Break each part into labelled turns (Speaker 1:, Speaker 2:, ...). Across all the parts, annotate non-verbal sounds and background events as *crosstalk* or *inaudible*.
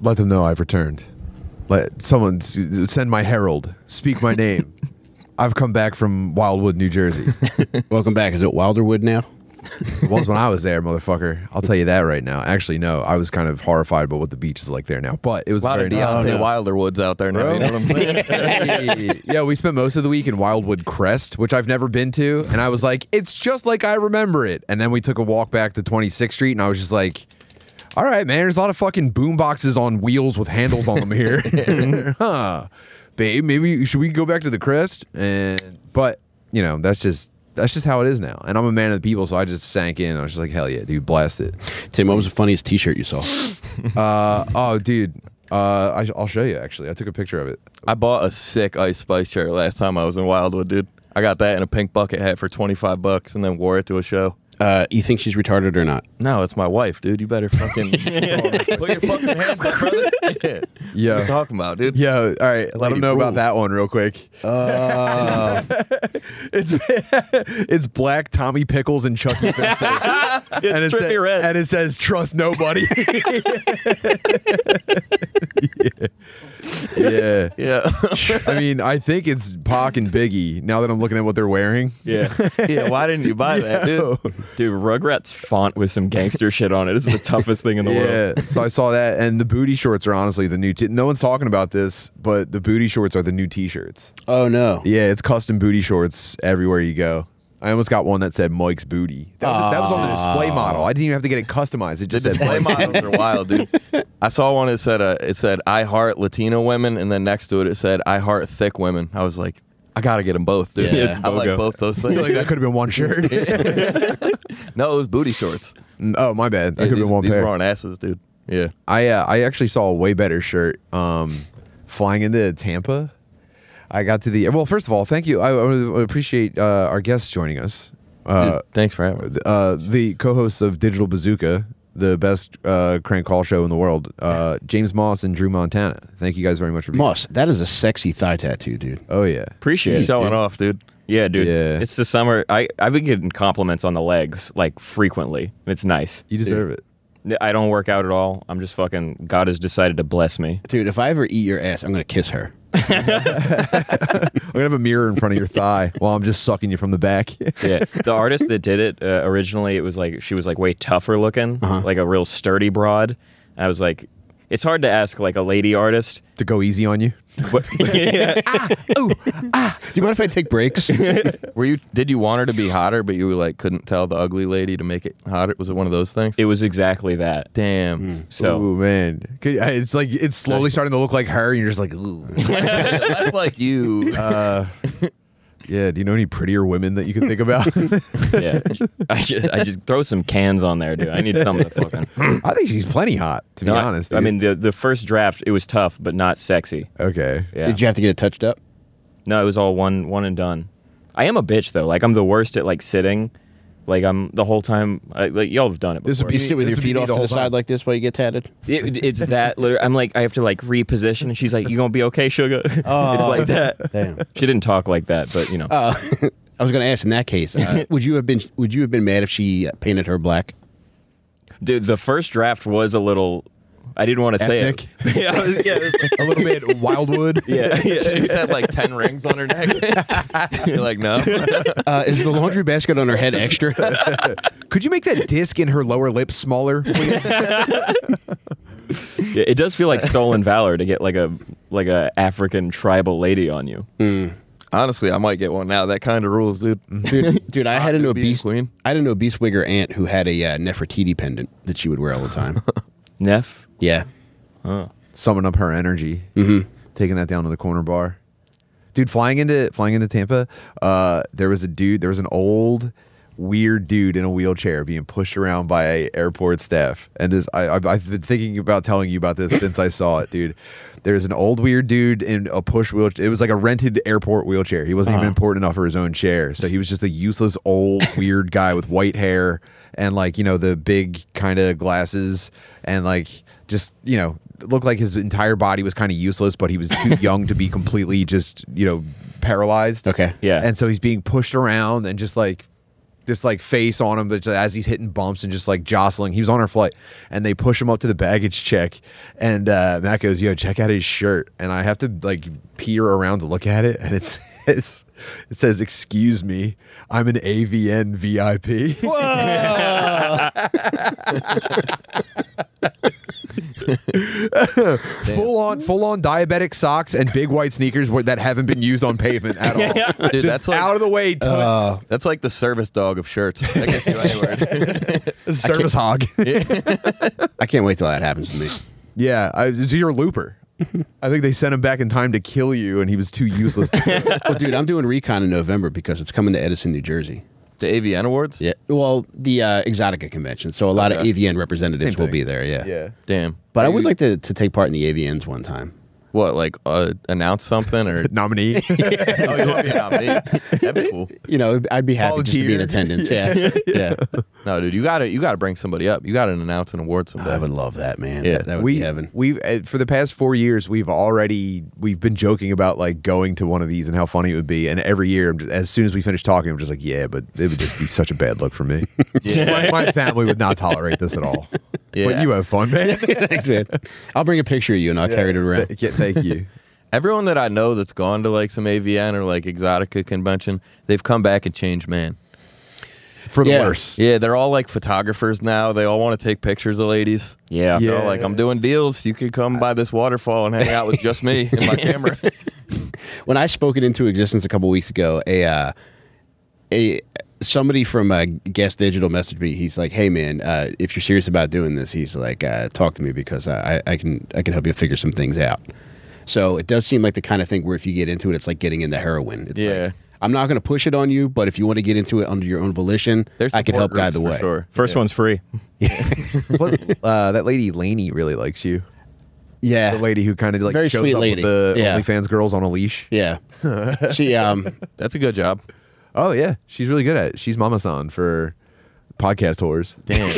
Speaker 1: let them know I've returned. Let someone s- send my herald. Speak my name. I've come back from Wildwood, New Jersey.
Speaker 2: Welcome back. Is it Wilderwood now?
Speaker 1: It was when I was there, motherfucker. I'll tell you that right now. Actually, no, I was kind of horrified by what the beach is like there now. But it was
Speaker 3: A lot
Speaker 1: very
Speaker 3: of
Speaker 1: nice.
Speaker 3: Deontay
Speaker 2: no.
Speaker 3: Wilder Woods out there now. You know what I'm saying?
Speaker 1: Hey. *laughs* yeah, we spent most of the week in Wildwood Crest, which I've never been to, and I was like, it's just like I remember it. And then we took a walk back to 26th Street, and I was just like, all right, man, there's a lot of fucking boom boxes on wheels with handles on them here, huh? Babe, maybe should we go back to the Crest? And but you know, that's just that's just how it is now. And I'm a man of the people, so I just sank in. I was just like, hell yeah, dude, blast it.
Speaker 2: Tim, what was the funniest T-shirt you saw?
Speaker 1: Uh, oh, dude. Uh, I, I'll show you. Actually, I took a picture of it.
Speaker 3: I bought a sick Ice Spice shirt last time I was in Wildwood, dude. I got that and a pink bucket hat for 25 bucks and then wore it to a show.
Speaker 2: Uh, you think she's retarded or not?
Speaker 3: No, it's my wife, dude. You better fucking put your fucking hands up, brother. Yeah. What are you
Speaker 1: Yeah,
Speaker 3: talking about, dude?
Speaker 1: yeah. All right, let
Speaker 3: Lady
Speaker 1: them know about
Speaker 3: rules.
Speaker 1: that one real quick. *laughs* it's *laughs* it's black Tommy Pickles and Chucky Fish.
Speaker 3: It's
Speaker 1: and, it sa- and it says trust nobody. *laughs* yeah.
Speaker 3: yeah. *laughs*
Speaker 1: yeah, I mean, I think it's Pac and Biggie. Now that I'm looking at what they're wearing,
Speaker 4: Yeah.
Speaker 3: yeah, why didn't
Speaker 1: *laughs*
Speaker 3: you buy that, dude?
Speaker 4: *laughs* Dude, Rugrats font with some gangster shit on it is the toughest thing in the world.
Speaker 1: Yeah, so I saw that, and the booty shorts are honestly the new. T- no one's talking about this, but the booty shorts are the new T-shirts.
Speaker 2: Oh no.
Speaker 1: Yeah, it's custom booty shorts everywhere you go. I almost got one that said Mike's booty. That was, that was on the display model. I didn't even have to get it customized. It
Speaker 3: Ah. The
Speaker 1: just said
Speaker 3: display
Speaker 1: Mike's.
Speaker 3: models are wild, dude. I saw one that said uh, it said I heart Latino women, and then next to it it said I heart thick women. I was like, I gotta get them both, dude.
Speaker 4: Yeah, it's
Speaker 3: *laughs* I like
Speaker 4: BOGO.
Speaker 3: both
Speaker 1: *laughs*
Speaker 3: those
Speaker 1: I feel *laughs*
Speaker 3: things.
Speaker 1: like that could have been one shirt.
Speaker 3: *laughs* no, it was booty shorts.
Speaker 1: Mm, oh my bad. That could have
Speaker 3: these,
Speaker 1: been one
Speaker 3: these
Speaker 1: pair.
Speaker 3: were on asses, dude. Yeah,
Speaker 1: I uh, I actually saw a way better shirt. Um, flying into Tampa, I got to the well. First of all, thank you. I, I appreciate uh, our guests joining us. Uh,
Speaker 3: Dude, thanks for having me.
Speaker 1: uh, the co-hosts of Digital Bazooka, the best uh, crank call show in the world, uh, James Moss and Drew Montana. Thank you guys very much for being.
Speaker 2: Moss, that is a sexy thigh tattoo, dude.
Speaker 1: Oh yeah.
Speaker 4: Appreciate it.
Speaker 3: Showing off, dude.
Speaker 4: Yeah, dude.
Speaker 1: Yeah.
Speaker 4: It's the summer. I, I've been getting compliments on the legs, like, frequently. It's nice.
Speaker 1: You deserve it.
Speaker 4: I don't work out at all. I'm just fucking, God has decided to bless *laughs* me.
Speaker 2: Dude, if I ever eat your ass, I'm gonna kiss her.
Speaker 1: I'm gonna have a mirror in front
Speaker 4: *laughs*
Speaker 1: of your thigh while I'm just sucking you from the back. *laughs*
Speaker 4: yeah. The artist that did it uh, originally, it was like she was like way tougher looking, like a real sturdy broad. I was like, it's hard to ask like a lady artist.
Speaker 1: to go easy on you.
Speaker 4: *laughs* But, yeah. ah.
Speaker 2: Do you mind if I take breaks?
Speaker 3: Were you? Did you want her to be hotter, but you like couldn't tell the ugly lady to make it hotter? Was it one of those things?
Speaker 4: It was exactly that.
Speaker 3: Damn.
Speaker 1: *laughs*
Speaker 4: So
Speaker 1: Ooh man, Could- I- it's like it's slowly starting to look like her, and you're just like, ooh.
Speaker 3: *laughs* That's like you.
Speaker 1: Uh, yeah. Do you know any prettier women that you can think about? *laughs*
Speaker 4: yeah, I just I just throw some cans on there, dude. I need something to fucking.
Speaker 1: I think she's plenty hot, to be
Speaker 4: Not-
Speaker 1: honest.
Speaker 4: I
Speaker 1: dude.
Speaker 4: mean the the first draft it was tough, but not sexy.
Speaker 1: okay.
Speaker 4: Yeah.
Speaker 2: Did you have to get it touched up?
Speaker 4: No, it was all one one and done. I am a bitch though. Like I'm the worst at like sitting. Like I'm the whole time. I, like y'all have done it. Before.
Speaker 1: This would
Speaker 2: You
Speaker 1: be-
Speaker 2: sit with
Speaker 1: this
Speaker 2: your
Speaker 1: would be
Speaker 2: feet
Speaker 1: me
Speaker 2: off
Speaker 1: the
Speaker 2: to
Speaker 1: whole
Speaker 2: the side
Speaker 1: time.
Speaker 2: like this while you get tatted? *laughs*
Speaker 4: It, it's that. Liter- I'm like, I have to like reposition, and she's like, "You gonna be okay, sugar?" *laughs* it's like that.
Speaker 2: Damn.
Speaker 4: She didn't talk like that, but you know,
Speaker 2: I was gonna ask in that case, uh, would you have been would you have been mad if she painted her black?
Speaker 4: dude, the first draft was a little. I didn't want to say it. *laughs* yeah, I was- yeah, it was-
Speaker 1: A little
Speaker 4: *laughs*
Speaker 1: bit Wildwood.
Speaker 4: yeah, yeah.
Speaker 3: She had like ten rings on her neck. *laughs* You're like, no.
Speaker 2: Uh, is the laundry basket on her head extra?
Speaker 1: Could you make that disc in her lower lip smaller, please?
Speaker 4: Yeah, It does feel like stolen valor to get like a like a African tribal lady on you.
Speaker 3: Honestly, I might get one now. That kind of rules, dude.
Speaker 2: dude, dude, I had an
Speaker 3: to be a
Speaker 2: obese
Speaker 3: queen.
Speaker 2: I had an obese wigger aunt who had a uh, Nefertiti pendant that she would wear all the time.
Speaker 4: Neff.
Speaker 2: yeah,
Speaker 1: Summing up her energy, taking that down to the corner bar. Dude, flying into flying into Tampa, uh, there was a dude. There was an old, weird dude in a wheelchair being pushed around by airport staff. And this, I, I've, I've been thinking about telling you about this since I saw it, dude. There's an old weird dude in a push wheelchair. It was like a rented airport wheelchair. He wasn't even important enough for his own chair, so he was just a useless old weird guy with white hair and like you know the big kind of glasses and like just you know looked like his entire body was kind of useless, but he was too young to be completely just you know paralyzed.
Speaker 2: Okay.
Speaker 4: Yeah.
Speaker 1: And so he's being pushed around and just like this like face on him, but just as he's hitting bumps and just like jostling, he was on our flight, and they push him up to the baggage check, and uh, Matt goes, "Yo, check out his shirt," and I have to like peer around to look at it, *laughs* and it's it's it says, "Excuse me, I'm an AVN VIP." full on full on diabetic socks and big white sneakers where, that haven't been used on pavement *laughs* at all.
Speaker 4: Yeah.
Speaker 3: Dude,
Speaker 1: Just
Speaker 3: that's like-
Speaker 1: out of the way. Toots.
Speaker 2: Uh,
Speaker 3: That's like the service dog of shirts. That gets you anywhere.
Speaker 1: service *laughs* hog.
Speaker 2: I can't wait till that happens *laughs* to me.
Speaker 1: yeah, I, to your
Speaker 2: *laughs*
Speaker 1: looper. I think they sent him back in time to kill you, and he was too *laughs* useless. to do it.
Speaker 2: Well, dude, I'm doing recon in November because it's coming to Edison, New Jersey.
Speaker 3: the AVN Awards?
Speaker 2: Yeah. Well, the uh, Exotica convention. So a lot
Speaker 3: Okay.
Speaker 2: of AVN representatives
Speaker 1: Same
Speaker 2: will
Speaker 1: thing.
Speaker 2: be there. Yeah.
Speaker 1: yeah,
Speaker 3: Damn.
Speaker 2: But I would like to, to take part in the AVNs one time.
Speaker 3: What, like uh, announce something *laughs* or?
Speaker 1: *laughs* nominee.
Speaker 3: oh, you want to be a nominee? That'd be cool.
Speaker 2: You know, I'd be happy just to be in
Speaker 1: Volunteer.
Speaker 2: attendance. *laughs* Yeah. yeah.
Speaker 3: No, dude, you gotta you gotta bring somebody up. You gotta announce an award someday.
Speaker 2: I would love that, man.
Speaker 3: Yeah.
Speaker 2: That, that would be
Speaker 1: we
Speaker 2: heaven.
Speaker 1: we've uh, for the past four years we've already we've been joking about like going to one of these and how funny it would be. And every year, I'm just, as soon as we finish talking, I'm just like, yeah, but it would just be such a bad look for *laughs* me. my, my family would not tolerate this at *laughs* all. But
Speaker 3: Yeah.
Speaker 1: you have fun, *laughs* man.
Speaker 2: *laughs* Thanks, man. I'll bring a picture of you and I'll carry it
Speaker 1: *laughs*
Speaker 2: around.
Speaker 1: Yeah, thank you.
Speaker 3: Everyone that I know that's gone to like some AVN or like Exotica convention, they've come back and changed man.
Speaker 1: For the *laughs*
Speaker 2: Yeah.
Speaker 1: worse.
Speaker 3: Yeah, they're all like photographers now. They all want to take pictures of ladies.
Speaker 1: Yeah.
Speaker 4: Yeah.
Speaker 3: They're all like, I'm doing deals. You could come by this waterfall and hang out with just me
Speaker 2: *laughs*
Speaker 3: and my camera.
Speaker 2: When I spoke it into existence a couple weeks ago, a uh, a somebody from uh, Guest Digital messaged me. He's like, "Hey, man, uh, if you're serious about doing this, he's like, uh, talk to me because I, I can I can help you figure some things out." So it does seem like the kind of thing where if you get into it, it's like getting into heroin. It's
Speaker 3: Yeah.
Speaker 2: like, I'm not going to push it on you, but if you want to get into it under your own volition,
Speaker 3: There's
Speaker 2: I can help guide the way.
Speaker 3: Sure.
Speaker 4: First
Speaker 3: Yeah.
Speaker 4: one's free.
Speaker 1: Plus, uh, that lady Laney really likes you.
Speaker 2: Yeah,
Speaker 1: The lady who kind of like
Speaker 2: Very
Speaker 1: shows
Speaker 2: sweet
Speaker 1: up
Speaker 2: lady.
Speaker 1: with the
Speaker 2: Yeah.
Speaker 1: OnlyFans girls on a leash.
Speaker 2: yeah.
Speaker 3: *laughs*
Speaker 2: she um,
Speaker 3: That's a good job.
Speaker 1: Oh yeah, she's really good at. it. She's Mama San for podcast whores. *laughs* Damn.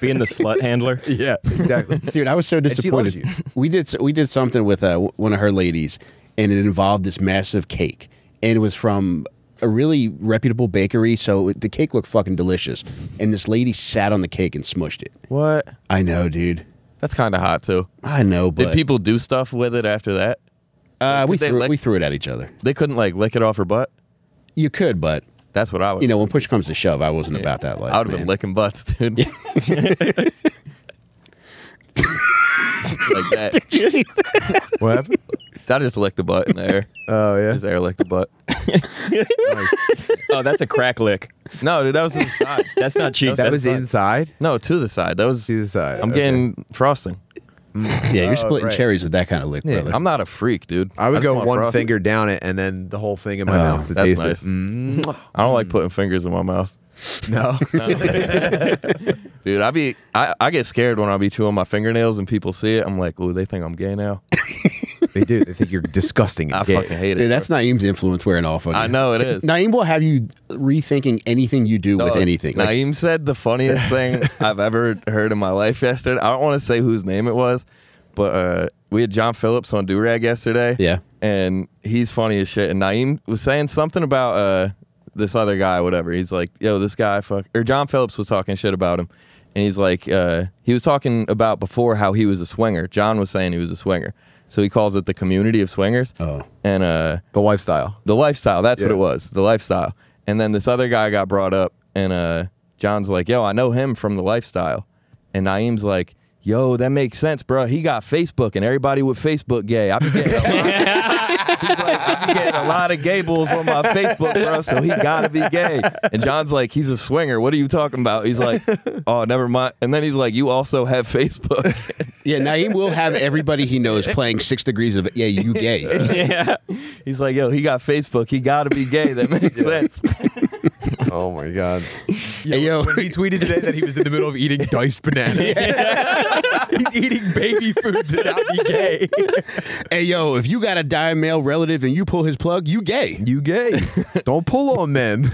Speaker 4: Being the slut
Speaker 1: *laughs*
Speaker 4: handler.
Speaker 1: yeah, exactly.
Speaker 2: dude i was so
Speaker 1: she loves
Speaker 2: disappointed *laughs* we did we did something with uh, w- one of her ladies and it involved this massive cake and it was from a really reputable bakery so it- the cake looked fucking delicious and this lady sat on the cake and smushed it
Speaker 3: What?
Speaker 2: i know dude
Speaker 3: That's kind of hot too.
Speaker 2: i know but
Speaker 3: Did people do stuff with it after that?
Speaker 2: uh, we,
Speaker 3: did they
Speaker 2: threw, it-
Speaker 3: lick-
Speaker 2: we threw it at each other
Speaker 3: They couldn't like lick it off her butt.
Speaker 2: you could but
Speaker 3: That's what I would.
Speaker 2: you know when push comes to shove i wasn't about that life
Speaker 3: I would have been
Speaker 2: man.
Speaker 3: licking butts, dude. like *laughs* that.
Speaker 1: What happened?
Speaker 3: I just licked the butt in the air.
Speaker 1: Oh yeah.
Speaker 3: His air licked the butt.
Speaker 4: Oh, that's a crack lick.
Speaker 3: No, dude, that was to the side.
Speaker 4: That's not cheap.
Speaker 1: That
Speaker 4: that's
Speaker 1: was
Speaker 4: not-
Speaker 1: inside.
Speaker 3: No, to the side. That was
Speaker 1: To the side.
Speaker 3: I'm
Speaker 1: Okay.
Speaker 3: getting frosting.
Speaker 2: yeah you're splitting
Speaker 1: right.
Speaker 2: cherries with that kind of lick
Speaker 3: "Oh, Yeah,
Speaker 2: brother
Speaker 3: I'm not a freak, dude.
Speaker 1: I would
Speaker 3: just
Speaker 1: go
Speaker 3: want
Speaker 1: one
Speaker 3: frosting.
Speaker 1: finger down it and then the whole thing in my
Speaker 2: Oh,
Speaker 1: mouth to
Speaker 3: that's
Speaker 1: taste
Speaker 3: nice.
Speaker 1: it. Mm,
Speaker 3: I don't like putting fingers in my mouth,
Speaker 1: *laughs* no.
Speaker 3: dude. I be I, I get scared when I be chewing my fingernails and people see it. I'm like, oh, they think I'm gay now.
Speaker 1: *laughs* they do. They think you're disgusting. and *laughs*
Speaker 3: I
Speaker 1: gay.
Speaker 3: fucking hate it.
Speaker 2: Dude, that's Naeem's influence wearing off on you.
Speaker 1: *laughs*
Speaker 3: I know it is.
Speaker 2: Naeem will have you rethinking anything you do with
Speaker 3: Dog,
Speaker 2: anything. Like,
Speaker 3: Naeem said
Speaker 2: *laughs*
Speaker 3: the funniest thing I've ever heard in my life yesterday. I don't want to say whose name it was, but uh, we had John Phillips on Durag yesterday.
Speaker 2: Yeah.
Speaker 3: And he's funny as shit. And Naeem was saying something about uh, this other guy, whatever. He's like, yo, this guy, fuck. Or John Phillips was talking shit about him. And he's like, uh, he was talking about before how he was a swinger. John was saying he was a swinger. So he calls it the community of swingers.
Speaker 2: Oh.
Speaker 3: And uh,
Speaker 1: The lifestyle.
Speaker 3: the lifestyle. That's what
Speaker 1: Yeah.
Speaker 3: it was. The lifestyle. And then this other guy got brought up, and uh, John's like, "Yo, I know him from the lifestyle," and Naeem's like. Yo, that makes sense, bro. He got Facebook, and everybody with Facebook gay. I be getting a lot, he's like, I be getting a lot of gay bulls on my Facebook, bro. So he gotta be gay. And John's like, he's a swinger. What are you talking about? He's like, oh, never mind. And then he's like, you also have Facebook. *laughs*
Speaker 2: Yeah, Naeem will have everybody he knows playing six degrees of yeah, you gay.
Speaker 1: *laughs*
Speaker 4: Yeah.
Speaker 3: he's like, yo, he got Facebook. He gotta be gay. That makes sense.
Speaker 1: Oh my god.
Speaker 2: Hey, yo,
Speaker 1: He tweeted today that he was in the middle of eating diced bananas. *laughs* He's eating baby food to not be gay.
Speaker 2: *laughs* hey yo, if you got a dying male relative and you pull his plug, you gay.
Speaker 1: You *laughs* gay? Don't pull on men.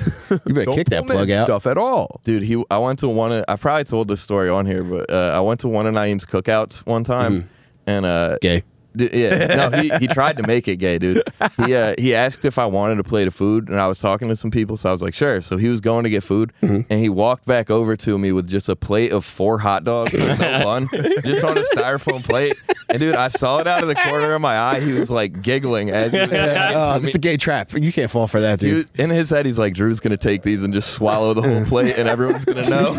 Speaker 2: You
Speaker 1: *laughs*
Speaker 2: better
Speaker 1: Don't
Speaker 2: kick that
Speaker 1: pull men
Speaker 2: plug out.
Speaker 1: Stuff at all.
Speaker 3: Dude, he. I went to one. Of, I probably told this story on here, but uh, I went to one of Naeem's cookouts one time, and uh,
Speaker 2: Gay.
Speaker 3: D- yeah, no, he, he tried to make it gay, dude. He uh, he asked if I wanted a plate of food, and I was talking to some people, so I was like, sure. So he was going to get food, and he walked back over to me with just a plate of four hot dogs, with no bun, just on a styrofoam plate. And dude, I saw it out of the corner of my eye. He was like giggling as he was handing it to
Speaker 2: Oh,
Speaker 3: me.
Speaker 2: that's a gay trap. You can't fall for that, *laughs*
Speaker 3: He
Speaker 2: dude.
Speaker 3: was- in his head, he's like, Drew's gonna take these and just swallow the whole plate, and everyone's gonna know.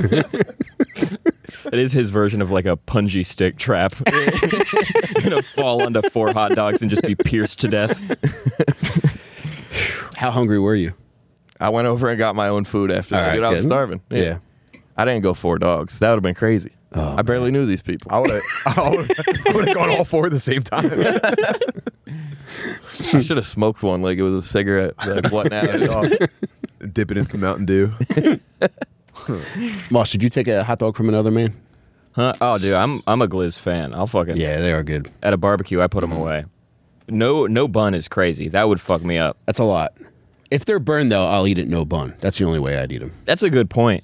Speaker 4: That is his version of like a punji
Speaker 1: *laughs*
Speaker 4: stick trap. you know, fall onto four hot dogs and just be pierced to death.
Speaker 2: How hungry were you?
Speaker 3: I went over and got my own food after that.
Speaker 2: All right,
Speaker 3: dude, I was
Speaker 2: good.
Speaker 3: starving.
Speaker 2: Yeah. Oh,
Speaker 3: I didn't go four dogs. That would have been crazy. I barely knew these people.
Speaker 1: I would have *laughs* I would have gone all four at the same
Speaker 3: *laughs*
Speaker 1: time.
Speaker 3: I should have smoked one like it was a cigarette.
Speaker 2: *laughs*
Speaker 3: Like what now?
Speaker 1: Dip it in some Mountain Dew.
Speaker 2: Moss, did you take a hot dog from another man?
Speaker 4: Huh? Oh, dude, I'm I'm a Glizz fan. I'll fucking
Speaker 2: Yeah, they are good.
Speaker 4: at a barbecue. I put them
Speaker 1: Mm-hmm.
Speaker 4: away. No, no bun is crazy. That would fuck me up.
Speaker 2: That's a lot. If they're burned, though, I'll eat it no bun. That's the only way I'd eat *laughs* them.
Speaker 4: That's a good point.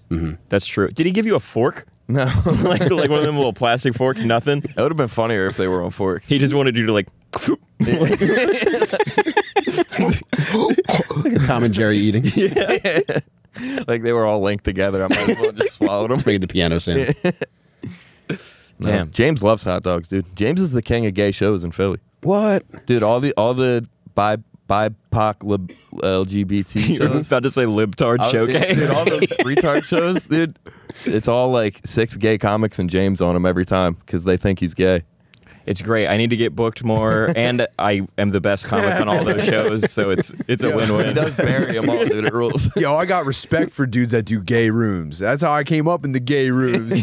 Speaker 4: That's true. Did he give you a fork? *laughs*
Speaker 3: no.
Speaker 4: like like one of them little plastic forks? Nothing.
Speaker 3: That would have been funnier if they were on forks.
Speaker 4: He just wanted you to like. *laughs*
Speaker 2: Like a Tom and Jerry eating.
Speaker 3: Like they were all linked together. I might as well just
Speaker 2: *laughs*
Speaker 3: swallowed them.
Speaker 2: Bring the piano
Speaker 3: *laughs*
Speaker 2: sound.
Speaker 3: No.
Speaker 4: Damn.
Speaker 3: James loves hot dogs, dude. James is the king of gay shows in Philly.
Speaker 2: What?
Speaker 3: Dude, all the all the bi BIPOC lib,
Speaker 2: *laughs*
Speaker 3: LGBT
Speaker 4: You were
Speaker 3: shows.
Speaker 4: about to say libtard
Speaker 3: I- dude,
Speaker 4: *laughs* showcase.
Speaker 3: Dude, all those retard shows, dude. It's all like six gay comics and James on them every time because they think he's gay.
Speaker 4: It's great. I need to get booked more, and I am the best comic on all those shows, so it's it's a
Speaker 3: He
Speaker 4: win-win.
Speaker 3: does bury them all, dude.
Speaker 1: *laughs*
Speaker 3: It rules.
Speaker 1: *laughs*
Speaker 3: *laughs*
Speaker 1: Yo, I got respect for dudes that do gay rooms. That's how I came up in the gay
Speaker 3: *laughs*
Speaker 1: rooms.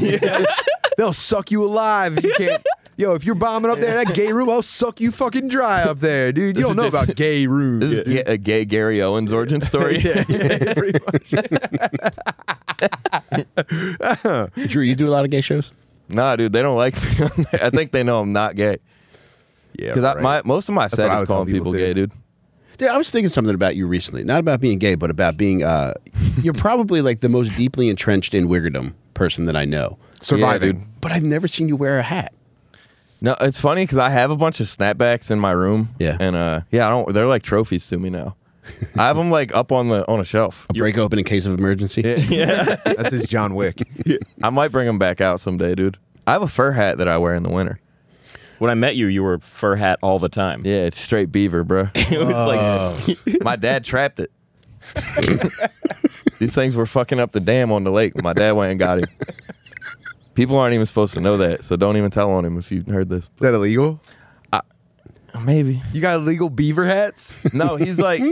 Speaker 1: They'll suck you alive. if You can't. Yo, if you're bombing up there in that gay room, I'll suck you fucking dry up there, dude. You
Speaker 3: This
Speaker 1: don't
Speaker 3: is
Speaker 1: know
Speaker 3: just-
Speaker 1: about gay rooms.
Speaker 3: This is ga- a gay Gary Owens origin
Speaker 1: *laughs*
Speaker 3: story.
Speaker 1: Yeah, pretty much.
Speaker 2: Drew, you do a lot of gay shows?
Speaker 3: *laughs* Nah, dude, they don't like me. on there. I think they know I'm not gay
Speaker 1: Yeah,
Speaker 3: because
Speaker 1: right.
Speaker 3: my most of my
Speaker 1: what
Speaker 3: set
Speaker 1: I
Speaker 3: is
Speaker 1: would tell
Speaker 3: calling people,
Speaker 1: people,
Speaker 3: gay, dude.
Speaker 2: Dude, I was thinking something about you recently. Not about being gay, but about being, uh, you're probably like the most deeply entrenched in wiggerdom person that I know.
Speaker 1: surviving.
Speaker 3: dude.
Speaker 2: But I've never seen you wear a hat.
Speaker 3: No, it's funny because I have a bunch of snapbacks in my room.
Speaker 2: Yeah.
Speaker 3: and uh, yeah, I don't. They're like trophies to
Speaker 1: *laughs*
Speaker 3: me now. I have them like up on the on a shelf.
Speaker 2: Break open in case of emergency.
Speaker 1: That's his John
Speaker 3: *laughs*
Speaker 1: Wick.
Speaker 3: I might bring them back out someday, dude. I have a fur hat that I wear in the winter.
Speaker 4: When I met you, you were fur hat all the time.
Speaker 3: Yeah, it's straight beaver, bro.
Speaker 4: *laughs* It was like
Speaker 3: My dad trapped it. These things were fucking up the dam on the lake. My dad went and got him. People aren't even supposed to know that, so don't even tell on him if you heard this.
Speaker 1: Is that illegal?
Speaker 3: Maybe.
Speaker 1: You got illegal beaver hats?
Speaker 3: No, he's like,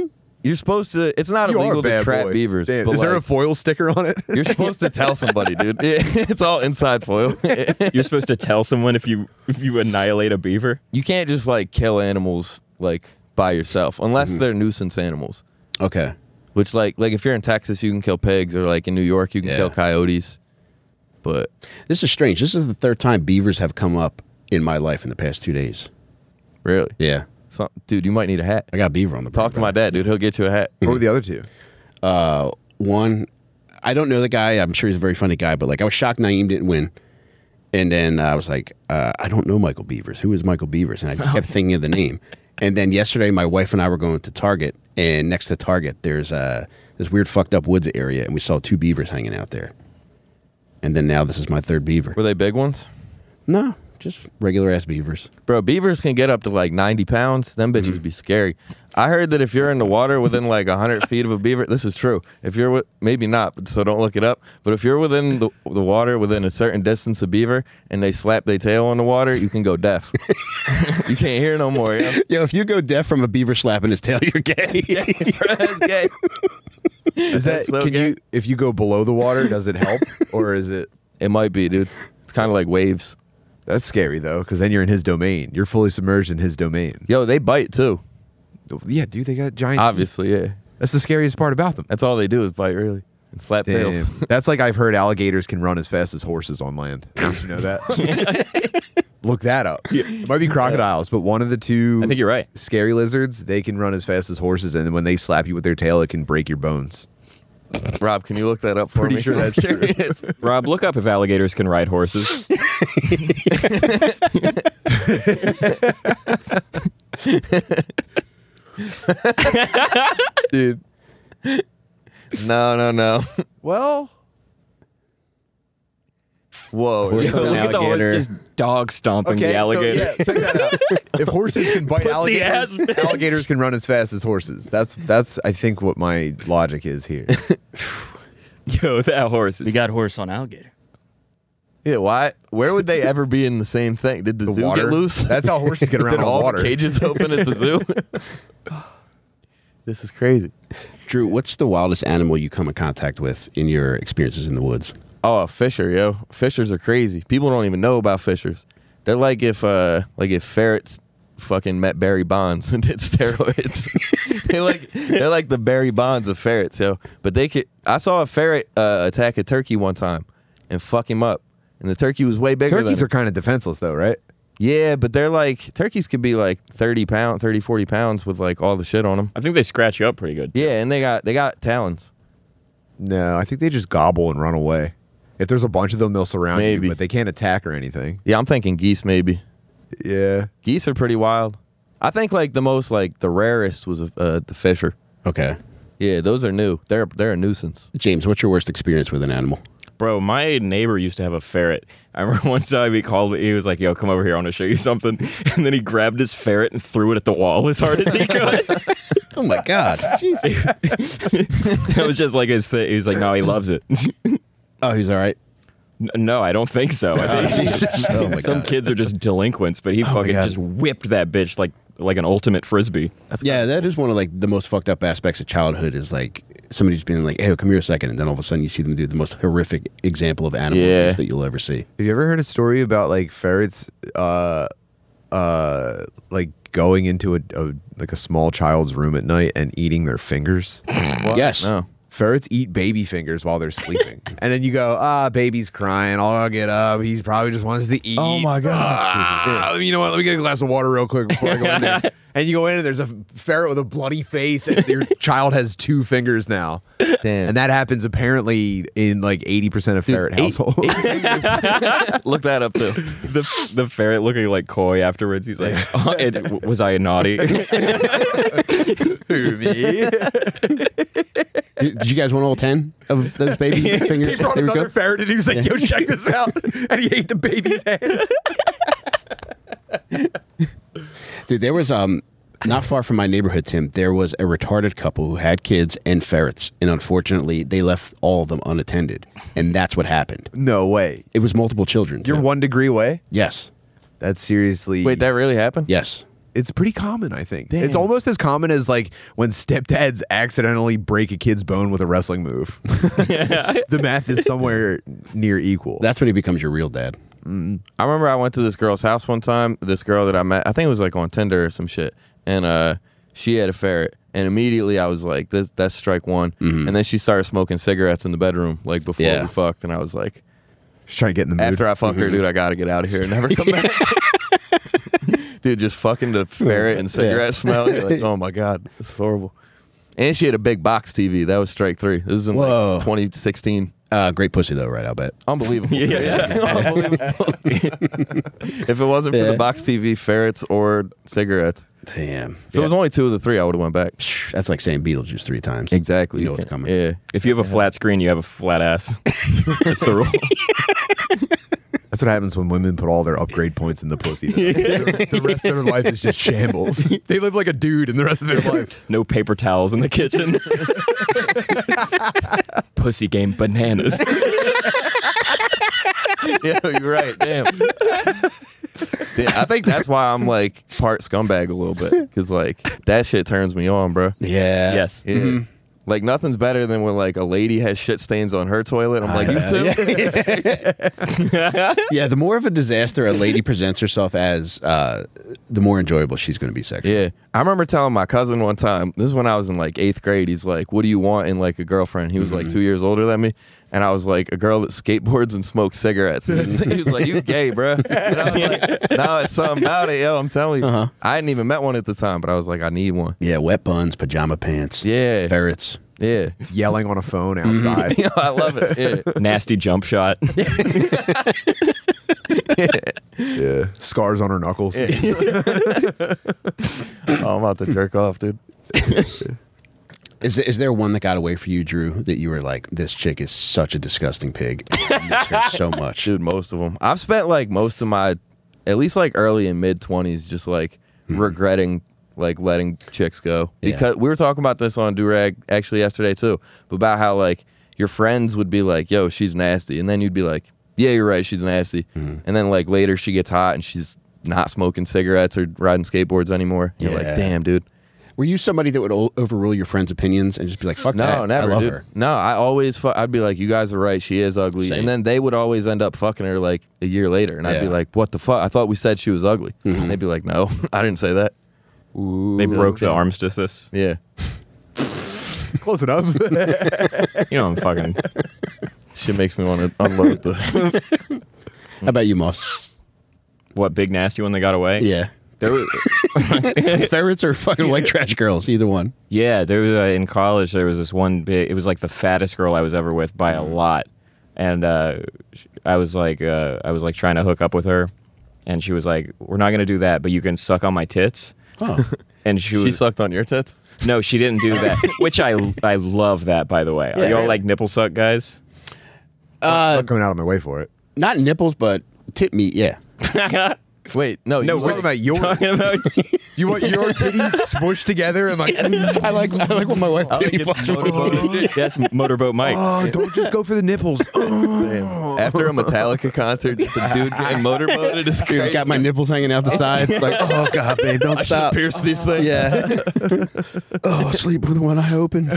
Speaker 3: you're supposed to. It's *laughs* not
Speaker 1: You are a
Speaker 3: illegal to
Speaker 1: bad
Speaker 3: trap
Speaker 1: boy.
Speaker 3: beavers,
Speaker 1: Damn,
Speaker 3: but
Speaker 1: is there a
Speaker 3: like,
Speaker 1: foil sticker on
Speaker 3: *laughs*
Speaker 1: it?
Speaker 3: you're supposed to tell somebody,
Speaker 1: *laughs*
Speaker 3: dude. *laughs* Yeah, it's all inside foil.
Speaker 4: you're supposed to tell someone if you if you annihilate a beaver.
Speaker 3: you can't just like kill animals like by yourself unless
Speaker 1: Mm-hmm.
Speaker 3: they're nuisance animals.
Speaker 2: *laughs* Okay.
Speaker 3: Which like like if you're in Texas, you can kill pigs, or like in New York, you can
Speaker 2: Yeah.
Speaker 3: kill coyotes. But
Speaker 2: This is strange. This is the third time beavers have come up in my life in the past two days.
Speaker 3: really,
Speaker 2: Yeah.
Speaker 3: So, dude, you might need a hat.
Speaker 2: I got beaver on the
Speaker 3: Talk to my dad, dude. He'll get you a hat.
Speaker 1: What were the other two?
Speaker 2: uh, one. I don't know the guy. I'm sure he's a very funny guy, but like I was shocked Naeem didn't win. And then I was like, uh, I don't know Michael Beavers. Who is Michael Beavers? And I *laughs* just kept thinking of the name. And then yesterday, my wife and I were going to Target, and next to Target, there's uh, this weird fucked up woods area, and we saw two beavers hanging out there. And then now this is my third beaver.
Speaker 3: Were they big ones?
Speaker 2: No, just regular ass beavers.
Speaker 3: Bro, beavers can get up to like 90 pounds. Them bitches be scary. I heard that if you're in the water within like 100 feet of a beaver, this is true. If you're with, maybe not, but so don't look it up. But if you're within the, the water within a certain distance of beaver and they slap their tail on the water, you can go deaf. *laughs* you can't hear no more. yo.
Speaker 2: Yo, if you go deaf from a beaver slapping his tail, *laughs* you're gay.
Speaker 3: *laughs* Bro, that's gay.
Speaker 1: Is that
Speaker 3: That's so
Speaker 1: can
Speaker 3: gay.
Speaker 1: you if you go below the water, does it help? or is it
Speaker 3: It might be, dude. It's kind of like waves.
Speaker 1: that's scary though, because then you're in his domain. You're fully submerged in his domain.
Speaker 3: Yo, they bite too.
Speaker 1: Yeah, dude, they got giant
Speaker 3: Obviously, yeah.
Speaker 1: That's the scariest part about them.
Speaker 3: That's all they do is bite, really, and slap tails.
Speaker 1: Damn. That's like I've heard alligators can run as fast as horses on land. Did you know that? Look that up. It might be crocodiles, but one of the two
Speaker 4: I think you're right.
Speaker 1: scary lizards, they can run as fast as horses, and when they slap you with their tail, it can break your bones.
Speaker 3: Rob, can you look that up for
Speaker 1: Pretty
Speaker 3: me?
Speaker 1: sure
Speaker 3: *laughs*
Speaker 1: that's true.
Speaker 3: curious.
Speaker 4: Rob, look up if alligators can ride *laughs* horses.
Speaker 3: dude. No, no, no. *laughs*
Speaker 1: Well,
Speaker 3: Whoa.
Speaker 2: Horse
Speaker 1: *laughs*
Speaker 3: yo.
Speaker 2: An
Speaker 4: look at the horse
Speaker 2: alligator.
Speaker 4: just dog stomping
Speaker 1: okay.
Speaker 4: the alligator.
Speaker 1: So, yeah, check that out. If horses can bite
Speaker 4: Pussy
Speaker 1: alligators,
Speaker 4: ass bitch.
Speaker 1: alligators can run as fast as horses. That's that's I think what my logic is here.
Speaker 4: *laughs* Yo, that horse
Speaker 5: We
Speaker 4: is
Speaker 5: got horse on alligator.
Speaker 3: Yeah, why? Where would they ever be in the same thing? Did the,
Speaker 1: The
Speaker 3: zoo
Speaker 1: water.
Speaker 3: get loose?
Speaker 1: That's how horses get around
Speaker 3: Did
Speaker 1: on
Speaker 3: all
Speaker 1: water.
Speaker 3: the cages open at the zoo?
Speaker 1: *laughs*
Speaker 3: *laughs* this is crazy.
Speaker 2: Drew, what's the wildest animal you come in contact with in your experiences in the woods?
Speaker 3: Oh, a fisher, yo. Fishers are crazy. People don't even know about fishers. They're like if uh like if ferrets fucking met Barry Bonds *laughs* and did steroids. *laughs* they like they're like the Barry Bonds of ferrets, yo. But they could I saw a ferret uh, attack a turkey one time and fuck him up. And the turkey was way bigger than
Speaker 1: Turkeys
Speaker 3: him.
Speaker 1: are kind of defenseless though, right?
Speaker 3: Yeah, but they're like turkeys could be like 30 pound, 30 40 pounds with like all the shit on them.
Speaker 4: I think they scratch you up pretty good.
Speaker 3: Yeah, and they got they got talons.
Speaker 1: No, I think they just gobble and run away. If there's a bunch of them, they'll surround
Speaker 3: Maybe.
Speaker 1: you, but they can't attack or anything.
Speaker 3: Yeah, I'm thinking geese maybe.
Speaker 1: Yeah.
Speaker 3: Geese are pretty wild. I think like the most like the rarest was uh, the fisher.
Speaker 2: Okay.
Speaker 3: Yeah, those are new. They're they're a nuisance.
Speaker 2: James, what's your worst experience with an animal?
Speaker 4: Bro, my neighbor used to have a ferret. I remember *laughs* one time he called me. He was like, "Yo, come over here. I want to show you something." *laughs* And then he grabbed his ferret and threw it at the wall as hard
Speaker 2: *laughs*
Speaker 4: as he could.
Speaker 2: Oh my God. *laughs* Jeez.
Speaker 4: that was just like his thing. He was like, "No, he loves it." *laughs* N-
Speaker 2: Oh, he's all right.
Speaker 4: no, I don't think so. I *laughs*
Speaker 2: Oh,
Speaker 4: think
Speaker 2: Jesus. Oh my
Speaker 4: some
Speaker 2: God. Oh,
Speaker 4: kids are just delinquents, but he fucking
Speaker 2: God.
Speaker 4: just whipped that bitch like like an ultimate frisbee.
Speaker 2: Yeah, that is one of like the most fucked up aspects of childhood is like somebody just being like, "Hey, come here a second. and then all of a sudden you see them do the most horrific example of animal
Speaker 3: Yeah.
Speaker 2: abuse that you'll ever see.
Speaker 1: Have you ever heard a story about like ferrets, uh, uh, like going into a, a like a small child's room at night and eating their fingers?
Speaker 2: Yes.
Speaker 3: No.
Speaker 1: Ferrets eat baby fingers while they're
Speaker 3: *laughs*
Speaker 1: sleeping, and then you go, ah, baby's crying. I'll get up. He probably just wants to eat.
Speaker 3: Oh my god.
Speaker 1: Ah, you know what? Let me get a glass of water real quick before I go in
Speaker 3: *laughs*
Speaker 1: there. And you go in, and there's a ferret with a bloody face, and
Speaker 3: *laughs*
Speaker 1: your child has two fingers now.
Speaker 3: Damn.
Speaker 1: And that happens apparently in like eighty percent of ferret
Speaker 3: eight-
Speaker 1: households.
Speaker 3: *laughs*
Speaker 1: *laughs*
Speaker 3: Look that up too.
Speaker 4: The the ferret looking like coy afterwards. He's like, "Oh, it, w- "Was I naughty?" *laughs*
Speaker 1: Who, me?
Speaker 2: Did, did you guys want all ten of those baby
Speaker 1: He
Speaker 2: fingers?
Speaker 1: brought
Speaker 2: There we
Speaker 1: another
Speaker 2: go.
Speaker 1: ferret and he was like, yo, check
Speaker 3: *laughs*
Speaker 1: this out. And he ate the baby's head.
Speaker 2: Dude, there was um not far from my neighborhood, Tim. There was a retarded couple who had kids and ferrets, and unfortunately, they left all of them unattended, and that's what happened.
Speaker 1: No way.
Speaker 2: It was multiple children.
Speaker 1: You're
Speaker 2: too.
Speaker 1: one degree away?
Speaker 2: Yes.
Speaker 1: That's seriously.
Speaker 3: Wait, that really happened?
Speaker 2: Yes.
Speaker 1: It's pretty common, I think. It's almost as common as like when stepdads accidentally break a kid's bone with a wrestling
Speaker 3: *laughs*
Speaker 1: move. It's- the math is somewhere near equal.
Speaker 2: That's when he becomes your real dad.
Speaker 3: I remember I went to this girl's house one time. This girl that I met, I think it was like on Tinder or some shit, and uh, she had a ferret. And immediately I was like, "This that's strike one." And then she started smoking cigarettes in the bedroom, like before
Speaker 2: Yeah.
Speaker 3: we fucked. And I was like,
Speaker 1: Just trying to get in the mood.
Speaker 3: after I fuck her, dude, I gotta get out of here and never come back. *laughs* dude, just fucking the ferret and cigarette smell. You're like, oh my god, this is horrible. And she had a big box TV. That was strike three. This was in
Speaker 2: Whoa.
Speaker 3: like 2016.
Speaker 2: Uh, great pussy though, right? I'll bet.
Speaker 3: *laughs* Unbelievable.
Speaker 4: Yeah,
Speaker 3: Unbelievable. if it wasn't for
Speaker 2: Yeah.
Speaker 3: the box TV, ferrets or cigarettes,
Speaker 2: Damn.
Speaker 3: if it was only two of the three, I would have went back.
Speaker 2: That's like saying Beetlejuice three times.
Speaker 3: Exactly.
Speaker 2: You know what's coming.
Speaker 3: Yeah.
Speaker 4: if you have a flat screen, you have a flat ass. That's the rule.
Speaker 1: That's what happens when women put all their upgrade points in the
Speaker 3: *laughs*
Speaker 1: pussy. the, the rest of their life is just shambles. They live like a dude in the rest of their
Speaker 3: *laughs*
Speaker 1: life.
Speaker 4: No paper towels in the kitchen. Pussy game bananas.
Speaker 3: *laughs* yeah, you're right. Damn. Damn. I think that's why I'm like part scumbag a little bit because like that shit turns me on, bro.
Speaker 2: Yeah.
Speaker 3: *laughs*
Speaker 4: yes.
Speaker 3: Yeah. Like nothing's better than when like a lady has shit stains on her toilet. I'm like, you too. *laughs*
Speaker 2: Yeah. The more of a disaster a lady presents herself as, uh, the more enjoyable she's going to be sexually.
Speaker 3: Yeah. I remember telling my cousin one time, this is when I was in like eighth grade. He's like, What do you want in like a girlfriend? He was like two years older than me. And I was like, A girl that skateboards and smokes *laughs* cigarettes. And he was like, You gay, bro. *laughs* And I was like, *laughs* Uh-huh. No, it's something about it. Yo, I'm telling you. I hadn't even met one at the time, but I was like, I need one.
Speaker 2: Yeah. Wet buns, pajama pants.
Speaker 3: Yeah.
Speaker 2: Ferrets.
Speaker 3: Yeah. *laughs*
Speaker 1: yelling on a phone
Speaker 3: Mm-hmm.
Speaker 1: outside.
Speaker 3: You know, I love it. Yeah.
Speaker 4: Nasty jump shot.
Speaker 1: yeah. Scars on her knuckles.
Speaker 3: *coughs* Oh, I'm about to jerk off, dude.
Speaker 2: Is there, is there one that got away for you, Drew, that you were like, this chick is such a disgusting pig? I miss her
Speaker 3: *laughs*
Speaker 2: so much.
Speaker 3: Dude, most of them. I've spent like most of my, at least like early and mid 20s, just like regretting like letting chicks go.
Speaker 2: Mm-hmm. Yeah.
Speaker 3: Because we were talking about this on Durag actually yesterday too, but about how like your friends would be like, yo, she's nasty. And then you'd be like, yeah, you're right, she's nasty.
Speaker 2: Mm-hmm.
Speaker 3: And then like later she gets hot and she's not smoking cigarettes or riding skateboards anymore. You're
Speaker 2: Yeah.
Speaker 3: like, damn, dude.
Speaker 2: Were you somebody that would o- overrule your friends' opinions and just be like, fuck
Speaker 3: No,
Speaker 2: that?
Speaker 3: never,
Speaker 2: I love
Speaker 3: dude.
Speaker 2: her.
Speaker 3: No, I always fu- I'd be like, "You guys are right. She is ugly,"
Speaker 2: Same.
Speaker 3: and then they would always end up fucking her like a year later, and I'd be
Speaker 2: Yeah. Mm-hmm.
Speaker 3: like, "What the fuck? I thought we said she was ugly." And they'd be like, "No, *laughs* I didn't say that."
Speaker 4: they broke the armistice.
Speaker 3: Yeah,
Speaker 1: *laughs* Close enough.
Speaker 3: *laughs* Uh,
Speaker 4: You know, I'm fucking.
Speaker 3: shit makes me want to
Speaker 2: *laughs*
Speaker 3: unload the. *laughs*
Speaker 2: How about you, Moss?
Speaker 4: What big nasty one they got away?
Speaker 2: Yeah.
Speaker 4: There was,
Speaker 2: *laughs* Ferrets or fucking white trash girls, either one.
Speaker 4: yeah, there was uh, in college. There was this one big. It was like the fattest girl I was ever with by a lot, and uh, sh- I was like, uh, I was like trying to hook up with her, and she was like, "We're not gonna do that, but you can suck on my tits."
Speaker 2: Oh.
Speaker 4: And she
Speaker 3: she
Speaker 4: was
Speaker 3: sucked on your tits.
Speaker 4: no, she didn't do that. Which I I love that by the way. Are y'all like nipple suck guys?
Speaker 1: I'm coming out of my way for it.
Speaker 2: Not nipples, but tit meat, yeah.
Speaker 3: Wait, no, you
Speaker 4: No,
Speaker 3: was
Speaker 1: What
Speaker 3: like-
Speaker 4: What
Speaker 1: about your?
Speaker 4: Talking about
Speaker 1: You want your titties smooshed together and
Speaker 3: *laughs*
Speaker 1: like?
Speaker 2: I like I like when my wife
Speaker 3: like
Speaker 2: titty
Speaker 3: it.
Speaker 2: fucks me.
Speaker 4: motorboat. That's motorboat Mike.
Speaker 1: Oh, don't just go for the nipples.
Speaker 3: *laughs*
Speaker 1: Oh.
Speaker 3: Damn. after a Metallica concert, the dude getting
Speaker 2: *laughs*
Speaker 3: motorboated is
Speaker 2: I
Speaker 3: crazy.
Speaker 2: got my nipples hanging out the sides. Like, oh god, babe, don't
Speaker 3: I should
Speaker 2: stop.
Speaker 3: pierce these things.
Speaker 2: Yeah.
Speaker 1: *laughs*
Speaker 2: oh, sleep with one eye open.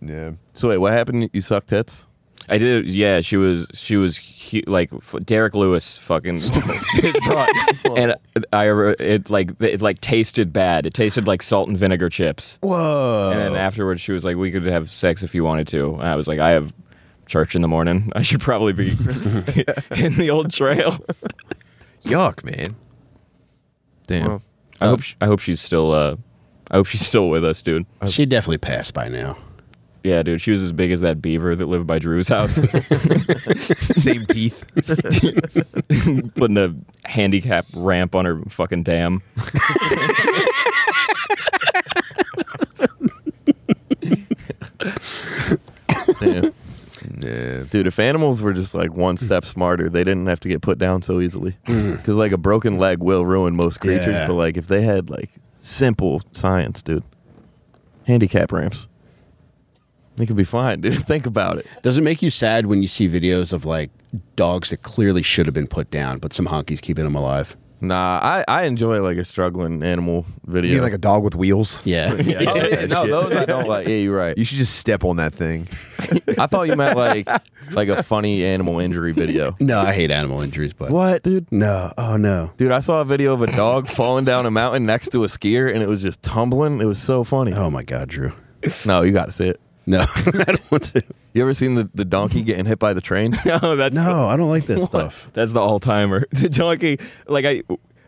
Speaker 1: yeah.
Speaker 3: *laughs* So wait, what happened? You sucked tits?
Speaker 4: I did. Yeah, she was. She was hu- like f- Derek Lewis, fucking. *laughs* and I, re- it like it like tasted bad. It tasted like salt and vinegar chips.
Speaker 2: Whoa.
Speaker 4: And then afterwards, she was like, "We could have sex if you wanted to." And I was like, "I have church in the morning. I should probably be *laughs* in the old trail."
Speaker 1: Yuck, man.
Speaker 3: Damn.
Speaker 1: Well,
Speaker 4: I hope. She, I hope she's still. Uh, I hope she's *laughs* still with us, dude.
Speaker 2: She definitely passed by now.
Speaker 4: Yeah, dude. She was as big as that beaver that lived by Drew's *laughs* house,
Speaker 1: Same teeth.
Speaker 4: putting a handicap ramp on her fucking *laughs* dam.
Speaker 3: Damn.
Speaker 1: yeah.
Speaker 3: Dude, if animals were just like one
Speaker 1: Hmm.
Speaker 3: step smarter, they didn't have to get put down so easily. Because like a broken leg will ruin most creatures,
Speaker 2: Yeah.
Speaker 3: but like if they had like simple science, dude, handicap ramps, they could be fine, dude. *laughs* Think about it.
Speaker 2: Does it make you sad when you see videos of like dogs that clearly should have been put down, but some honkies keeping them alive?
Speaker 3: Nah, I, I enjoy like a struggling animal
Speaker 1: You
Speaker 3: video.
Speaker 1: mean like a dog with wheels?
Speaker 2: Yeah.
Speaker 1: *laughs*
Speaker 3: Oh, yeah, no, those I don't like. Yeah, you're right.
Speaker 1: You should just step on that thing.
Speaker 3: I thought you meant like like a funny animal injury video.
Speaker 2: *laughs* No, I hate animal injuries, but
Speaker 3: What, dude?
Speaker 2: No. Oh no.
Speaker 3: Dude, I saw a video of a
Speaker 1: *laughs*
Speaker 3: dog falling down a mountain next to a skier, and it was just tumbling. It was so funny.
Speaker 2: Oh my god, Drew.
Speaker 3: No, you got to see it.
Speaker 2: No, *laughs* I don't want to.
Speaker 3: You ever seen the, the *laughs* donkey getting hit by the train?
Speaker 4: No, Oh, that's
Speaker 2: No, I don't like this stuff.
Speaker 4: *laughs* That's the all timer. *laughs* The donkey, like I,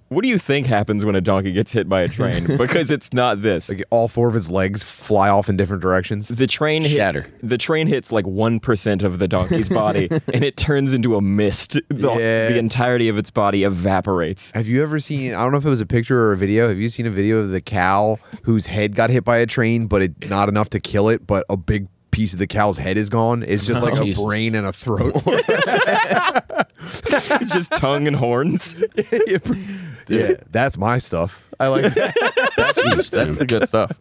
Speaker 4: what do you think happens when a donkey gets hit by a train? because it's not this.
Speaker 1: Like all four of its legs fly off in different directions.
Speaker 4: The train hits.
Speaker 2: Shatter.
Speaker 4: The train hits like one percent of the donkey's body, and it turns into a mist. The,
Speaker 1: Yeah.
Speaker 4: the entirety of its body evaporates. *laughs*
Speaker 1: Have you ever seen? I don't know if it was a picture or a video. Have you seen a video of the cow whose head got hit by a train, but it not enough to kill it, but a big piece of the cow's head is gone. It's just *laughs* like a
Speaker 2: Jesus.
Speaker 1: brain and a *laughs* throat.
Speaker 4: It's just tongue and horns.
Speaker 1: yeah, that's my stuff. I like.
Speaker 2: Jeez,
Speaker 3: That's
Speaker 2: dude.
Speaker 3: the good stuff.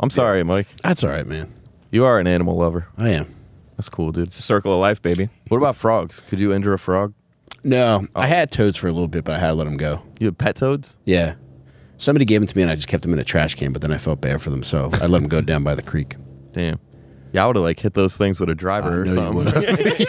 Speaker 3: I'm sorry, Mike.
Speaker 2: That's all right, man.
Speaker 3: You are an animal lover.
Speaker 2: I am.
Speaker 3: That's cool, dude.
Speaker 4: It's a circle of life, baby.
Speaker 3: What about frogs? Could you injure a frog?
Speaker 2: No, I had toads for a little bit, but I had to let them go.
Speaker 3: You have pet toads?
Speaker 2: Yeah. Somebody gave them to me, and I just kept them in a trash can. But then I felt bad for them, so I let them go down by the creek. *laughs*
Speaker 3: Damn. Yeah, I would have like hit those things with a driver or
Speaker 2: know you
Speaker 3: something.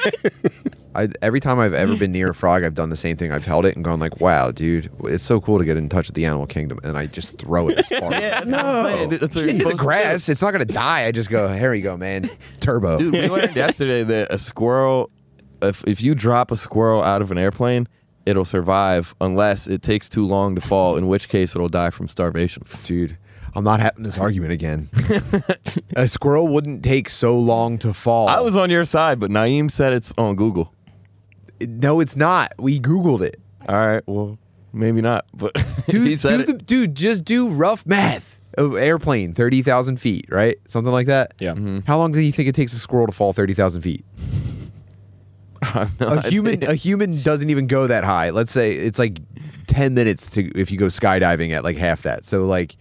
Speaker 1: I, every time I've ever been near a frog, I've done the same thing. I've held it and gone like, "Wow, dude, it's so cool to get in touch with the animal kingdom." And I just throw it as far
Speaker 3: *laughs* *laughs* no. That's what you're
Speaker 1: into the
Speaker 3: supposed to
Speaker 1: grass. It's not gonna die. I just go, "Here you go, man, turbo."
Speaker 3: *laughs* do. Dude, we learned yesterday that a squirrel, if, if you drop a squirrel out of an airplane, it'll survive unless it takes too long to fall, in which case it'll die from starvation.
Speaker 1: dude. I'm not having this argument again. *laughs* a squirrel wouldn't take so long to fall.
Speaker 3: I was on your side, but Naeem said it's on Google.
Speaker 1: no, it's not. We Googled it.
Speaker 3: All right, well, maybe not, but *laughs*
Speaker 1: Dude,
Speaker 3: he said
Speaker 1: do
Speaker 3: it.
Speaker 1: the- dude, just do rough math. Of airplane, thirty thousand feet, right? Something like that.
Speaker 4: Yeah. Mhm.
Speaker 1: How long do you think it takes a squirrel to fall thirty thousand feet?
Speaker 3: No,
Speaker 1: A
Speaker 3: *laughs* I
Speaker 1: human,
Speaker 3: think-
Speaker 1: a human doesn't even go that high. Let's say it's like ten minutes to if you go skydiving at like half that. So like,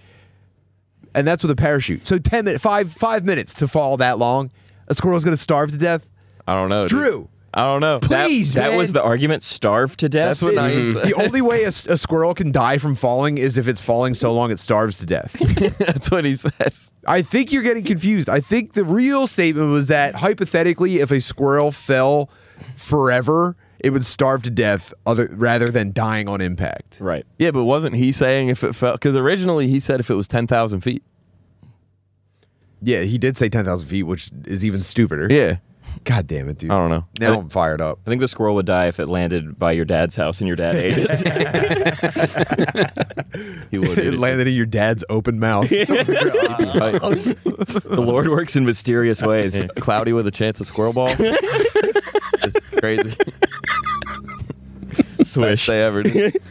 Speaker 1: and that's with a parachute. So ten minutes, five five minutes to fall that long. A squirrel's gonna starve to death.
Speaker 3: I don't know. dude.
Speaker 1: Drew.
Speaker 3: I don't know.
Speaker 1: Please.
Speaker 4: that
Speaker 1: man.
Speaker 4: was the argument. Starved to death.
Speaker 3: That's what Naeem
Speaker 1: The
Speaker 3: said.
Speaker 1: only way a, s- a squirrel can die from falling is if it's falling so long it starves to death.
Speaker 3: *laughs* That's what he said.
Speaker 1: I think you're getting confused. I think the real statement was that hypothetically, if a squirrel fell forever, it would starve to death other, rather than dying on impact.
Speaker 4: right.
Speaker 3: Yeah, but wasn't he saying if it fell? Because originally he said if it was 10,000 feet.
Speaker 1: Yeah, he did say 10,000 feet, which is even stupider.
Speaker 3: Yeah.
Speaker 1: God damn it, dude.
Speaker 3: I don't know.
Speaker 1: Now I'm fired up.
Speaker 3: *laughs*
Speaker 4: I think the squirrel would die if it landed by your dad's house and your dad ate *laughs* it.
Speaker 3: He would.
Speaker 1: It *laughs* landed in your dad's open
Speaker 3: *laughs*
Speaker 1: mouth.
Speaker 4: the Lord works in mysterious ways.
Speaker 3: Cloudy with a chance of squirrel balls. it's crazy. Best
Speaker 4: Swish.
Speaker 3: they ever did.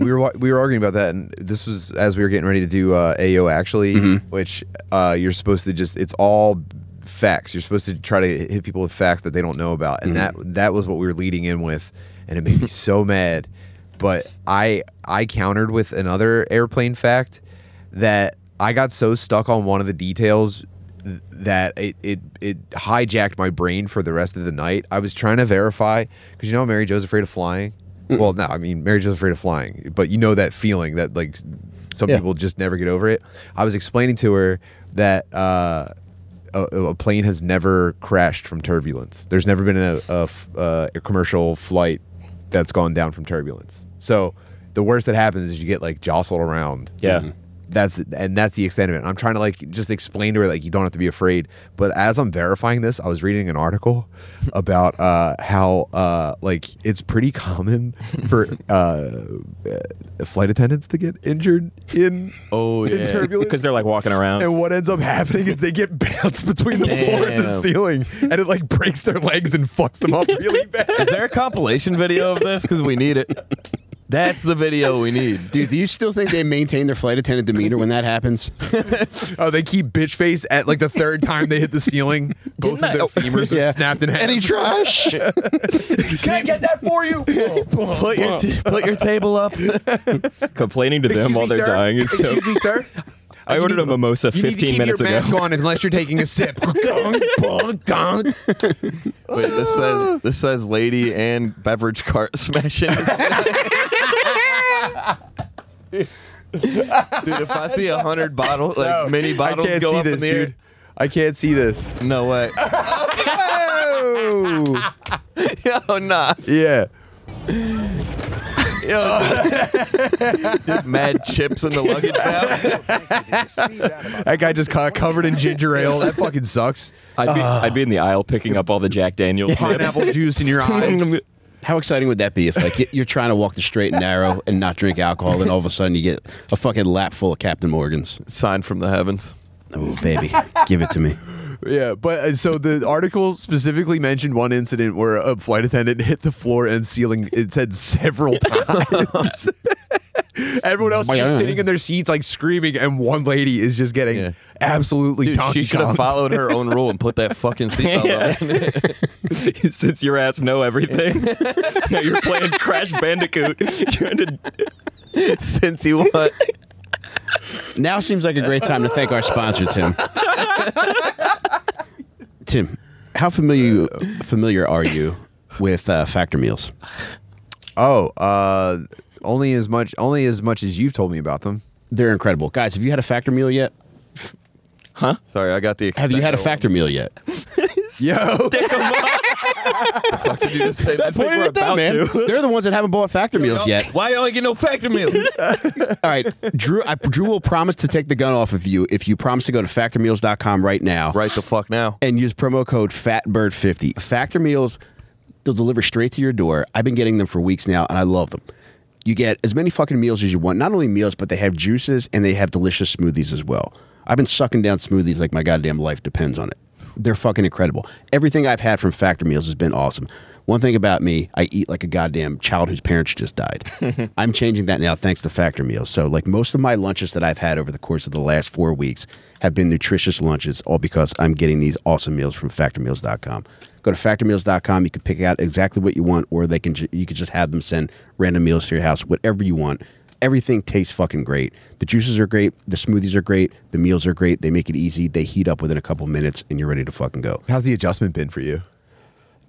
Speaker 1: we were wa- we were arguing about that, and this was as we were getting ready to do uh, AO actually, which uh, you're supposed to just it's all facts. You're supposed to try to hit people with facts that they don't know about, and that that was what we were leading in with, and it made me so mad. But I I countered with another airplane fact that I got so stuck on one of the details th- that it, it it hijacked my brain for the rest of the night. I was trying to verify because you know Mary Jo's afraid of flying. Well, no, I mean Mary Jo's afraid of flying, but you know that feeling that like some
Speaker 2: Yeah.
Speaker 1: people just never get over it. I was explaining to her that uh, a, a plane has never crashed from turbulence. There's never been a, a f- uh, a commercial flight that's gone down from turbulence. So the worst that happens is you get like jostled around
Speaker 4: Yeah.
Speaker 1: that's and that's the extent of it. And I'm trying to like just explain to her like you don't have to be afraid. But as I'm verifying this, I was reading an
Speaker 3: *laughs*
Speaker 1: article about uh, how uh, like it's pretty common
Speaker 3: *laughs*
Speaker 1: for uh, uh, flight attendants to get injured in
Speaker 3: Oh,
Speaker 1: in
Speaker 3: yeah.
Speaker 1: turbulence.
Speaker 4: Because they're like walking around.
Speaker 1: and what ends up happening is they get bounced between the floor and the
Speaker 3: Damn.
Speaker 1: ceiling, and it like breaks their legs and fucks them up
Speaker 3: *laughs*
Speaker 1: really
Speaker 3: Is
Speaker 1: bad.
Speaker 3: there a compilation video of this? Because we need it. That's the video we
Speaker 2: *laughs*
Speaker 3: need.
Speaker 2: Dude, do you still think they maintain their flight attendant demeanor when that happens?
Speaker 1: Oh, they keep bitch face at like the third time they hit the ceiling. Both of
Speaker 4: Didn't I-
Speaker 1: their
Speaker 3: Oh.
Speaker 1: femurs are snapped in half.
Speaker 2: Any trash?
Speaker 1: Can I get that for you?
Speaker 3: *laughs* Put your, t- put your table up.
Speaker 4: Complaining to them
Speaker 1: Excuse
Speaker 4: while
Speaker 1: me,
Speaker 4: they're
Speaker 1: sir?
Speaker 4: dying is so.
Speaker 1: Excuse me, *laughs* sir.
Speaker 4: I
Speaker 1: You
Speaker 4: ordered
Speaker 1: need-
Speaker 4: a mimosa
Speaker 1: You need to
Speaker 4: 15
Speaker 1: keep
Speaker 4: minutes
Speaker 1: your
Speaker 4: ago.
Speaker 1: mask on unless you're taking a *laughs* sip. Gong, bong, gong.
Speaker 3: Wait, this says this says lady and beverage cart
Speaker 1: *laughs*
Speaker 3: *laughs* smashing. Dude, if I see a hundred bottles, like mini bottles
Speaker 1: Oh, I can't
Speaker 3: go
Speaker 1: see
Speaker 3: up
Speaker 1: this,
Speaker 3: in the air,
Speaker 1: dude. I can't see this.
Speaker 3: no way.
Speaker 1: Oh,
Speaker 3: *laughs* Yo, nah.
Speaker 1: yeah.
Speaker 3: Yo,
Speaker 1: *laughs*
Speaker 3: dude, mad chips in the luggage bag.
Speaker 1: That guy just got covered in ginger ale. That fucking sucks.
Speaker 4: I'd be, I'd be in the aisle picking up all the Jack Daniels. *laughs* chips.
Speaker 1: Pineapple juice *laughs* in your eyes.
Speaker 2: How exciting would that be if like y- you're trying to walk the straight and narrow and not drink alcohol, and all of a sudden you get a fucking lap full of Captain Morgans?
Speaker 3: Sign from the heavens.
Speaker 2: Oh baby, give it to me.
Speaker 1: Yeah, but uh, so the article specifically mentioned one incident where a flight attendant hit the floor and ceiling. It said
Speaker 3: *laughs*
Speaker 1: several times. *laughs* Everyone else is just sitting in their seats, like screaming, and one lady is just getting
Speaker 3: Yeah.
Speaker 1: absolutely
Speaker 3: Dude,
Speaker 1: Donkey
Speaker 3: she should have
Speaker 1: Kong'd.
Speaker 3: followed her own rule and put that
Speaker 1: *laughs*
Speaker 3: fucking *laughs* seatbelt
Speaker 4: Oh,
Speaker 3: on.
Speaker 4: *laughs* Since your ass know *laughs* everything, now you're playing Crash Bandicoot, *laughs* trying to
Speaker 3: Since you want.
Speaker 1: *laughs*
Speaker 2: Now seems like a great time to thank our sponsor, Tim. Tim, how familiar familiar are you with uh, Factor Meals?
Speaker 1: Oh, uh, only as much, only as much as you've told me about them.
Speaker 2: They're incredible, guys. Have you had a Factor meal yet?
Speaker 3: Sorry, I got the.
Speaker 2: Have you had a
Speaker 3: extendo
Speaker 2: Factor meal yet?
Speaker 1: Yo,
Speaker 3: one. Did you just say that?
Speaker 4: Pointed at that, man.
Speaker 2: They're the ones that haven't bought Factor meals yet.
Speaker 3: Why y'all ain't get no factor *laughs* meals?
Speaker 2: All right, Drew. I, Drew will promise to take the gun off of you if you promise to go to factormeals.com right now
Speaker 3: right the fuck now.
Speaker 2: and use promo code FATBIRD50. Factor Meals They'll deliver straight to your door. I've been getting them for weeks now, and I love them. You get as many fucking meals as you want. Not only meals, but they have juices and they have delicious smoothies as well. I've been sucking down smoothies like my goddamn life depends on it. They're fucking incredible. Everything I've had from Factor Meals has been awesome. One thing about me, I eat like a goddamn child whose parents just died. I'm changing that now thanks to Factor Meals. So, like most of my lunches that I've had over the course of the last four weeks have been nutritious lunches, all because I'm getting these awesome meals from FactorMeals.com. Go to FactorMeals.com. You can pick out exactly what you want, or they can ju- you can just have them send random meals to your house, whatever you want. Everything tastes fucking great. The juices are great. The smoothies are great. The meals are great. They make it easy. They heat up within a couple minutes, and you're ready to fucking go.
Speaker 1: How's the adjustment been for you?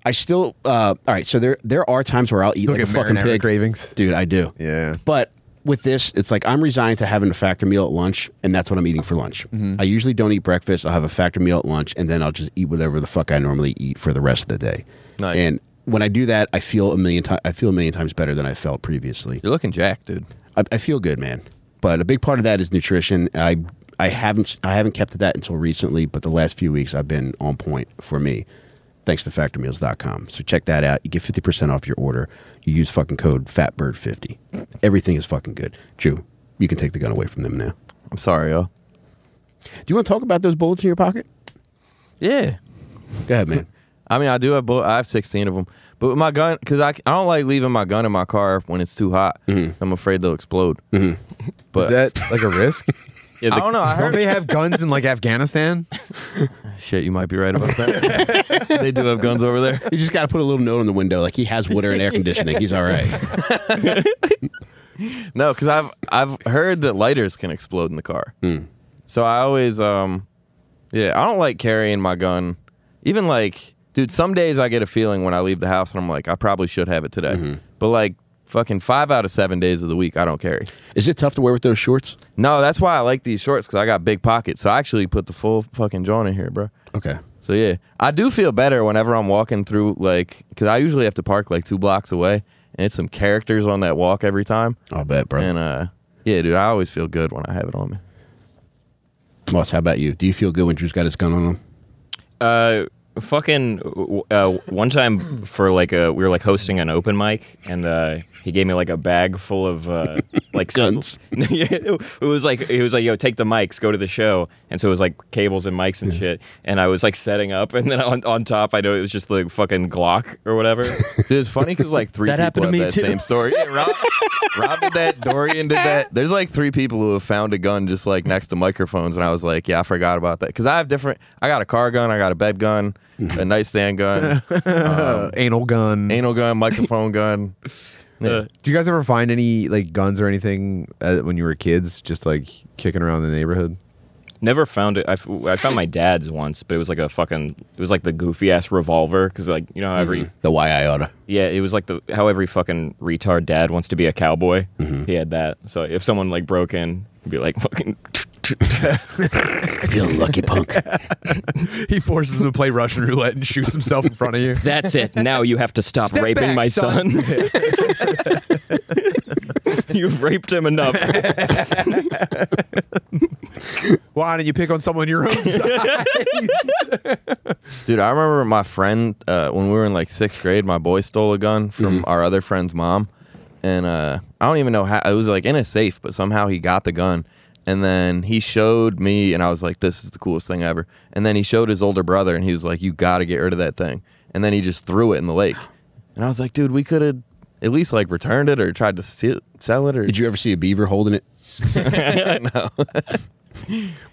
Speaker 2: I still uh, all right. So there there are times where I'll eat
Speaker 1: Still
Speaker 2: like a
Speaker 1: get
Speaker 2: fucking
Speaker 1: marinara
Speaker 2: pig.
Speaker 1: cravings?
Speaker 2: dude. I do.
Speaker 1: Yeah.
Speaker 2: But with this, it's like I'm resigned to having a factor meal at lunch, and that's what I'm eating for lunch.
Speaker 1: Mm-hmm.
Speaker 2: I usually don't eat breakfast. I'll have a factor meal at lunch, and then I'll just eat whatever the fuck I normally eat for the rest of the day.
Speaker 3: Nice.
Speaker 2: And when I do that, I feel a million times. I feel a million times better than I felt previously.
Speaker 3: You're looking jacked, dude.
Speaker 2: I, I feel good, man. But a big part of that is nutrition. I I haven't I haven't kept to that until recently, but the last few weeks I've been on point for me. Thanks to factormeals.com. So check that out. You get 50% off your order. You use fucking code fatbird50. Everything is fucking good. Drew, you can take the gun away from them now.
Speaker 3: I'm sorry, y'all.
Speaker 2: Do you want to talk about those bullets in your pocket?
Speaker 3: Yeah.
Speaker 2: Go ahead, man.
Speaker 3: I mean, I do have bo- I have 16 of them, but with my gun because I, c- I don't like leaving my gun in my car when it's too hot. I'm afraid they'll explode. But
Speaker 1: Is that like a *laughs* risk?
Speaker 4: Yeah, the-
Speaker 3: I don't know. *laughs* I
Speaker 1: Don't
Speaker 3: heard
Speaker 1: they have guns in like *laughs* Afghanistan?
Speaker 3: shit. You might be right about that. *laughs* they do have guns over there.
Speaker 2: You just got to put a little note on the window like he has water and air conditioning. He's all right.
Speaker 3: No, because I've I've heard that lighters can explode in the car. So I always um, yeah, I don't like carrying my gun. Even like, dude, some days I get a feeling when I leave the house and I'm like, I probably should have it today. But like, fucking five out of seven days of the week, I don't carry.
Speaker 2: Is it tough to wear with those shorts?
Speaker 3: No, that's why I like these shorts because I got big pockets. So I actually put the full fucking joint in here, bro.
Speaker 2: Okay.
Speaker 3: So yeah, I do feel better whenever I'm walking through like because I usually have to park like two blocks away, and it's some characters on that walk every time.
Speaker 2: I'll bet, bro.
Speaker 3: And uh, yeah, dude, I always feel good when I have it on me.
Speaker 2: Moss, how about you? Do you feel good when Drew's got his gun on him?
Speaker 4: Uh, fucking w- uh, one time for like a we were like hosting an open mic and uh, he gave me like a bag full of uh, like
Speaker 2: Guns.
Speaker 4: yeah, *laughs* it was like he was like yo take the mics go to the show and so it was like cables and mics and shit and I was like setting up and then on, on top I know it was just the fucking Glock or whatever.
Speaker 3: Dude, it's funny because
Speaker 4: *laughs*
Speaker 3: like three
Speaker 4: That
Speaker 3: people
Speaker 4: happened to
Speaker 3: have
Speaker 4: me,
Speaker 3: that
Speaker 4: too.
Speaker 3: same story. Yeah, Rob,
Speaker 4: *laughs*
Speaker 3: Rob did that. Dorian did that. There's like three people who have found a gun just like next to microphones, and I was like, yeah, I forgot about that because I have different. I got a car gun, I got a bed gun,
Speaker 4: *laughs*
Speaker 3: a nightstand gun,
Speaker 1: Uh, anal gun.
Speaker 3: anal gun, microphone gun. Yeah.
Speaker 4: Uh,
Speaker 1: Do you guys ever find any like guns or anything uh, when you were kids, just like kicking around the neighborhood?
Speaker 4: Never found it. I, f- I found my dad's once, but it was like a fucking it was like the goofy ass revolver because like you know how every
Speaker 2: The why I oughta.
Speaker 4: Yeah, it was like the how every fucking retard dad wants to be a cowboy. He had that. So if someone like broke in, he'd be like fucking
Speaker 2: Feeling lucky, punk.
Speaker 1: *laughs* He forces him to play Russian roulette and shoots himself in front of you.
Speaker 4: That's it. Now you have to stop
Speaker 1: Step
Speaker 4: *laughs*
Speaker 1: back,
Speaker 4: raping my
Speaker 1: son."
Speaker 4: son. *laughs* You've raped him enough.
Speaker 1: *laughs* Why don't you pick on someone your own
Speaker 4: *laughs*
Speaker 1: size?
Speaker 3: Dude, I remember my friend uh, when we were in like sixth grade. My boy stole a gun from our other friend's mom, and uh, I don't even know how it was like in a safe, but somehow he got the gun. And then he showed me, and I was like, "This is the coolest thing ever." And then he showed his older brother, and he was like, "You got to get rid of that thing." And then he just threw it in the lake, and I was like, "Dude, we could have at least like returned it or tried to se- sell it."
Speaker 2: *laughs*
Speaker 3: Or
Speaker 2: Did you ever see a beaver holding it?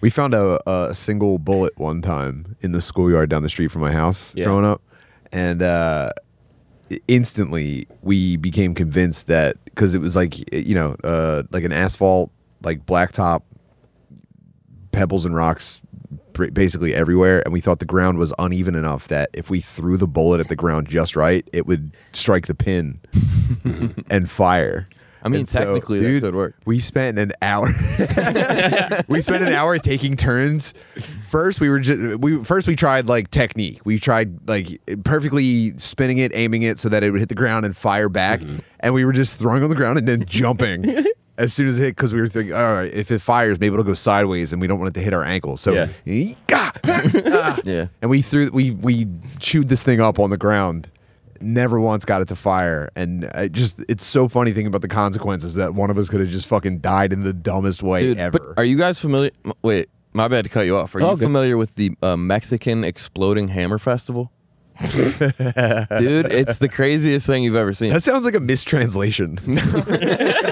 Speaker 1: we found a, a single bullet one time in the schoolyard down the street from my house
Speaker 4: Yeah.
Speaker 1: growing up, and uh, i- instantly we became convinced that because it was like y- you know uh, like an asphalt like blacktop pebbles and rocks br- basically everywhere and we thought the ground was uneven enough that if we threw the bullet at the ground just right it would strike the
Speaker 3: *laughs*
Speaker 1: pin and fire
Speaker 3: I mean,
Speaker 1: And so,
Speaker 3: technically that could work.
Speaker 1: we spent an hour *laughs* we spent an hour taking turns first we were just we first we tried like technique we tried like perfectly spinning it aiming it so that it would hit the ground and fire back and we were just throwing on the ground and then jumping as soon as it hit because we were thinking all right if it fires maybe it'll go sideways and we don't want it to hit our ankles so
Speaker 4: Yeah.
Speaker 1: Yeekah! *laughs* Ah.
Speaker 3: yeah,
Speaker 1: and we threw we we chewed this thing up on the ground never once got it to fire, and it just it's so funny thinking about the consequences that one of us could have just fucking died in the dumbest way
Speaker 3: Dude,
Speaker 1: ever.
Speaker 3: But are you guys familiar? m- Wait, my bad to cut you off. Are you
Speaker 2: Oh, good.
Speaker 3: familiar with the uh, Mexican Exploding Hammer Festival?
Speaker 1: *laughs*
Speaker 3: Dude, it's the craziest thing you've ever seen.
Speaker 1: that sounds like a *laughs* mistranslation.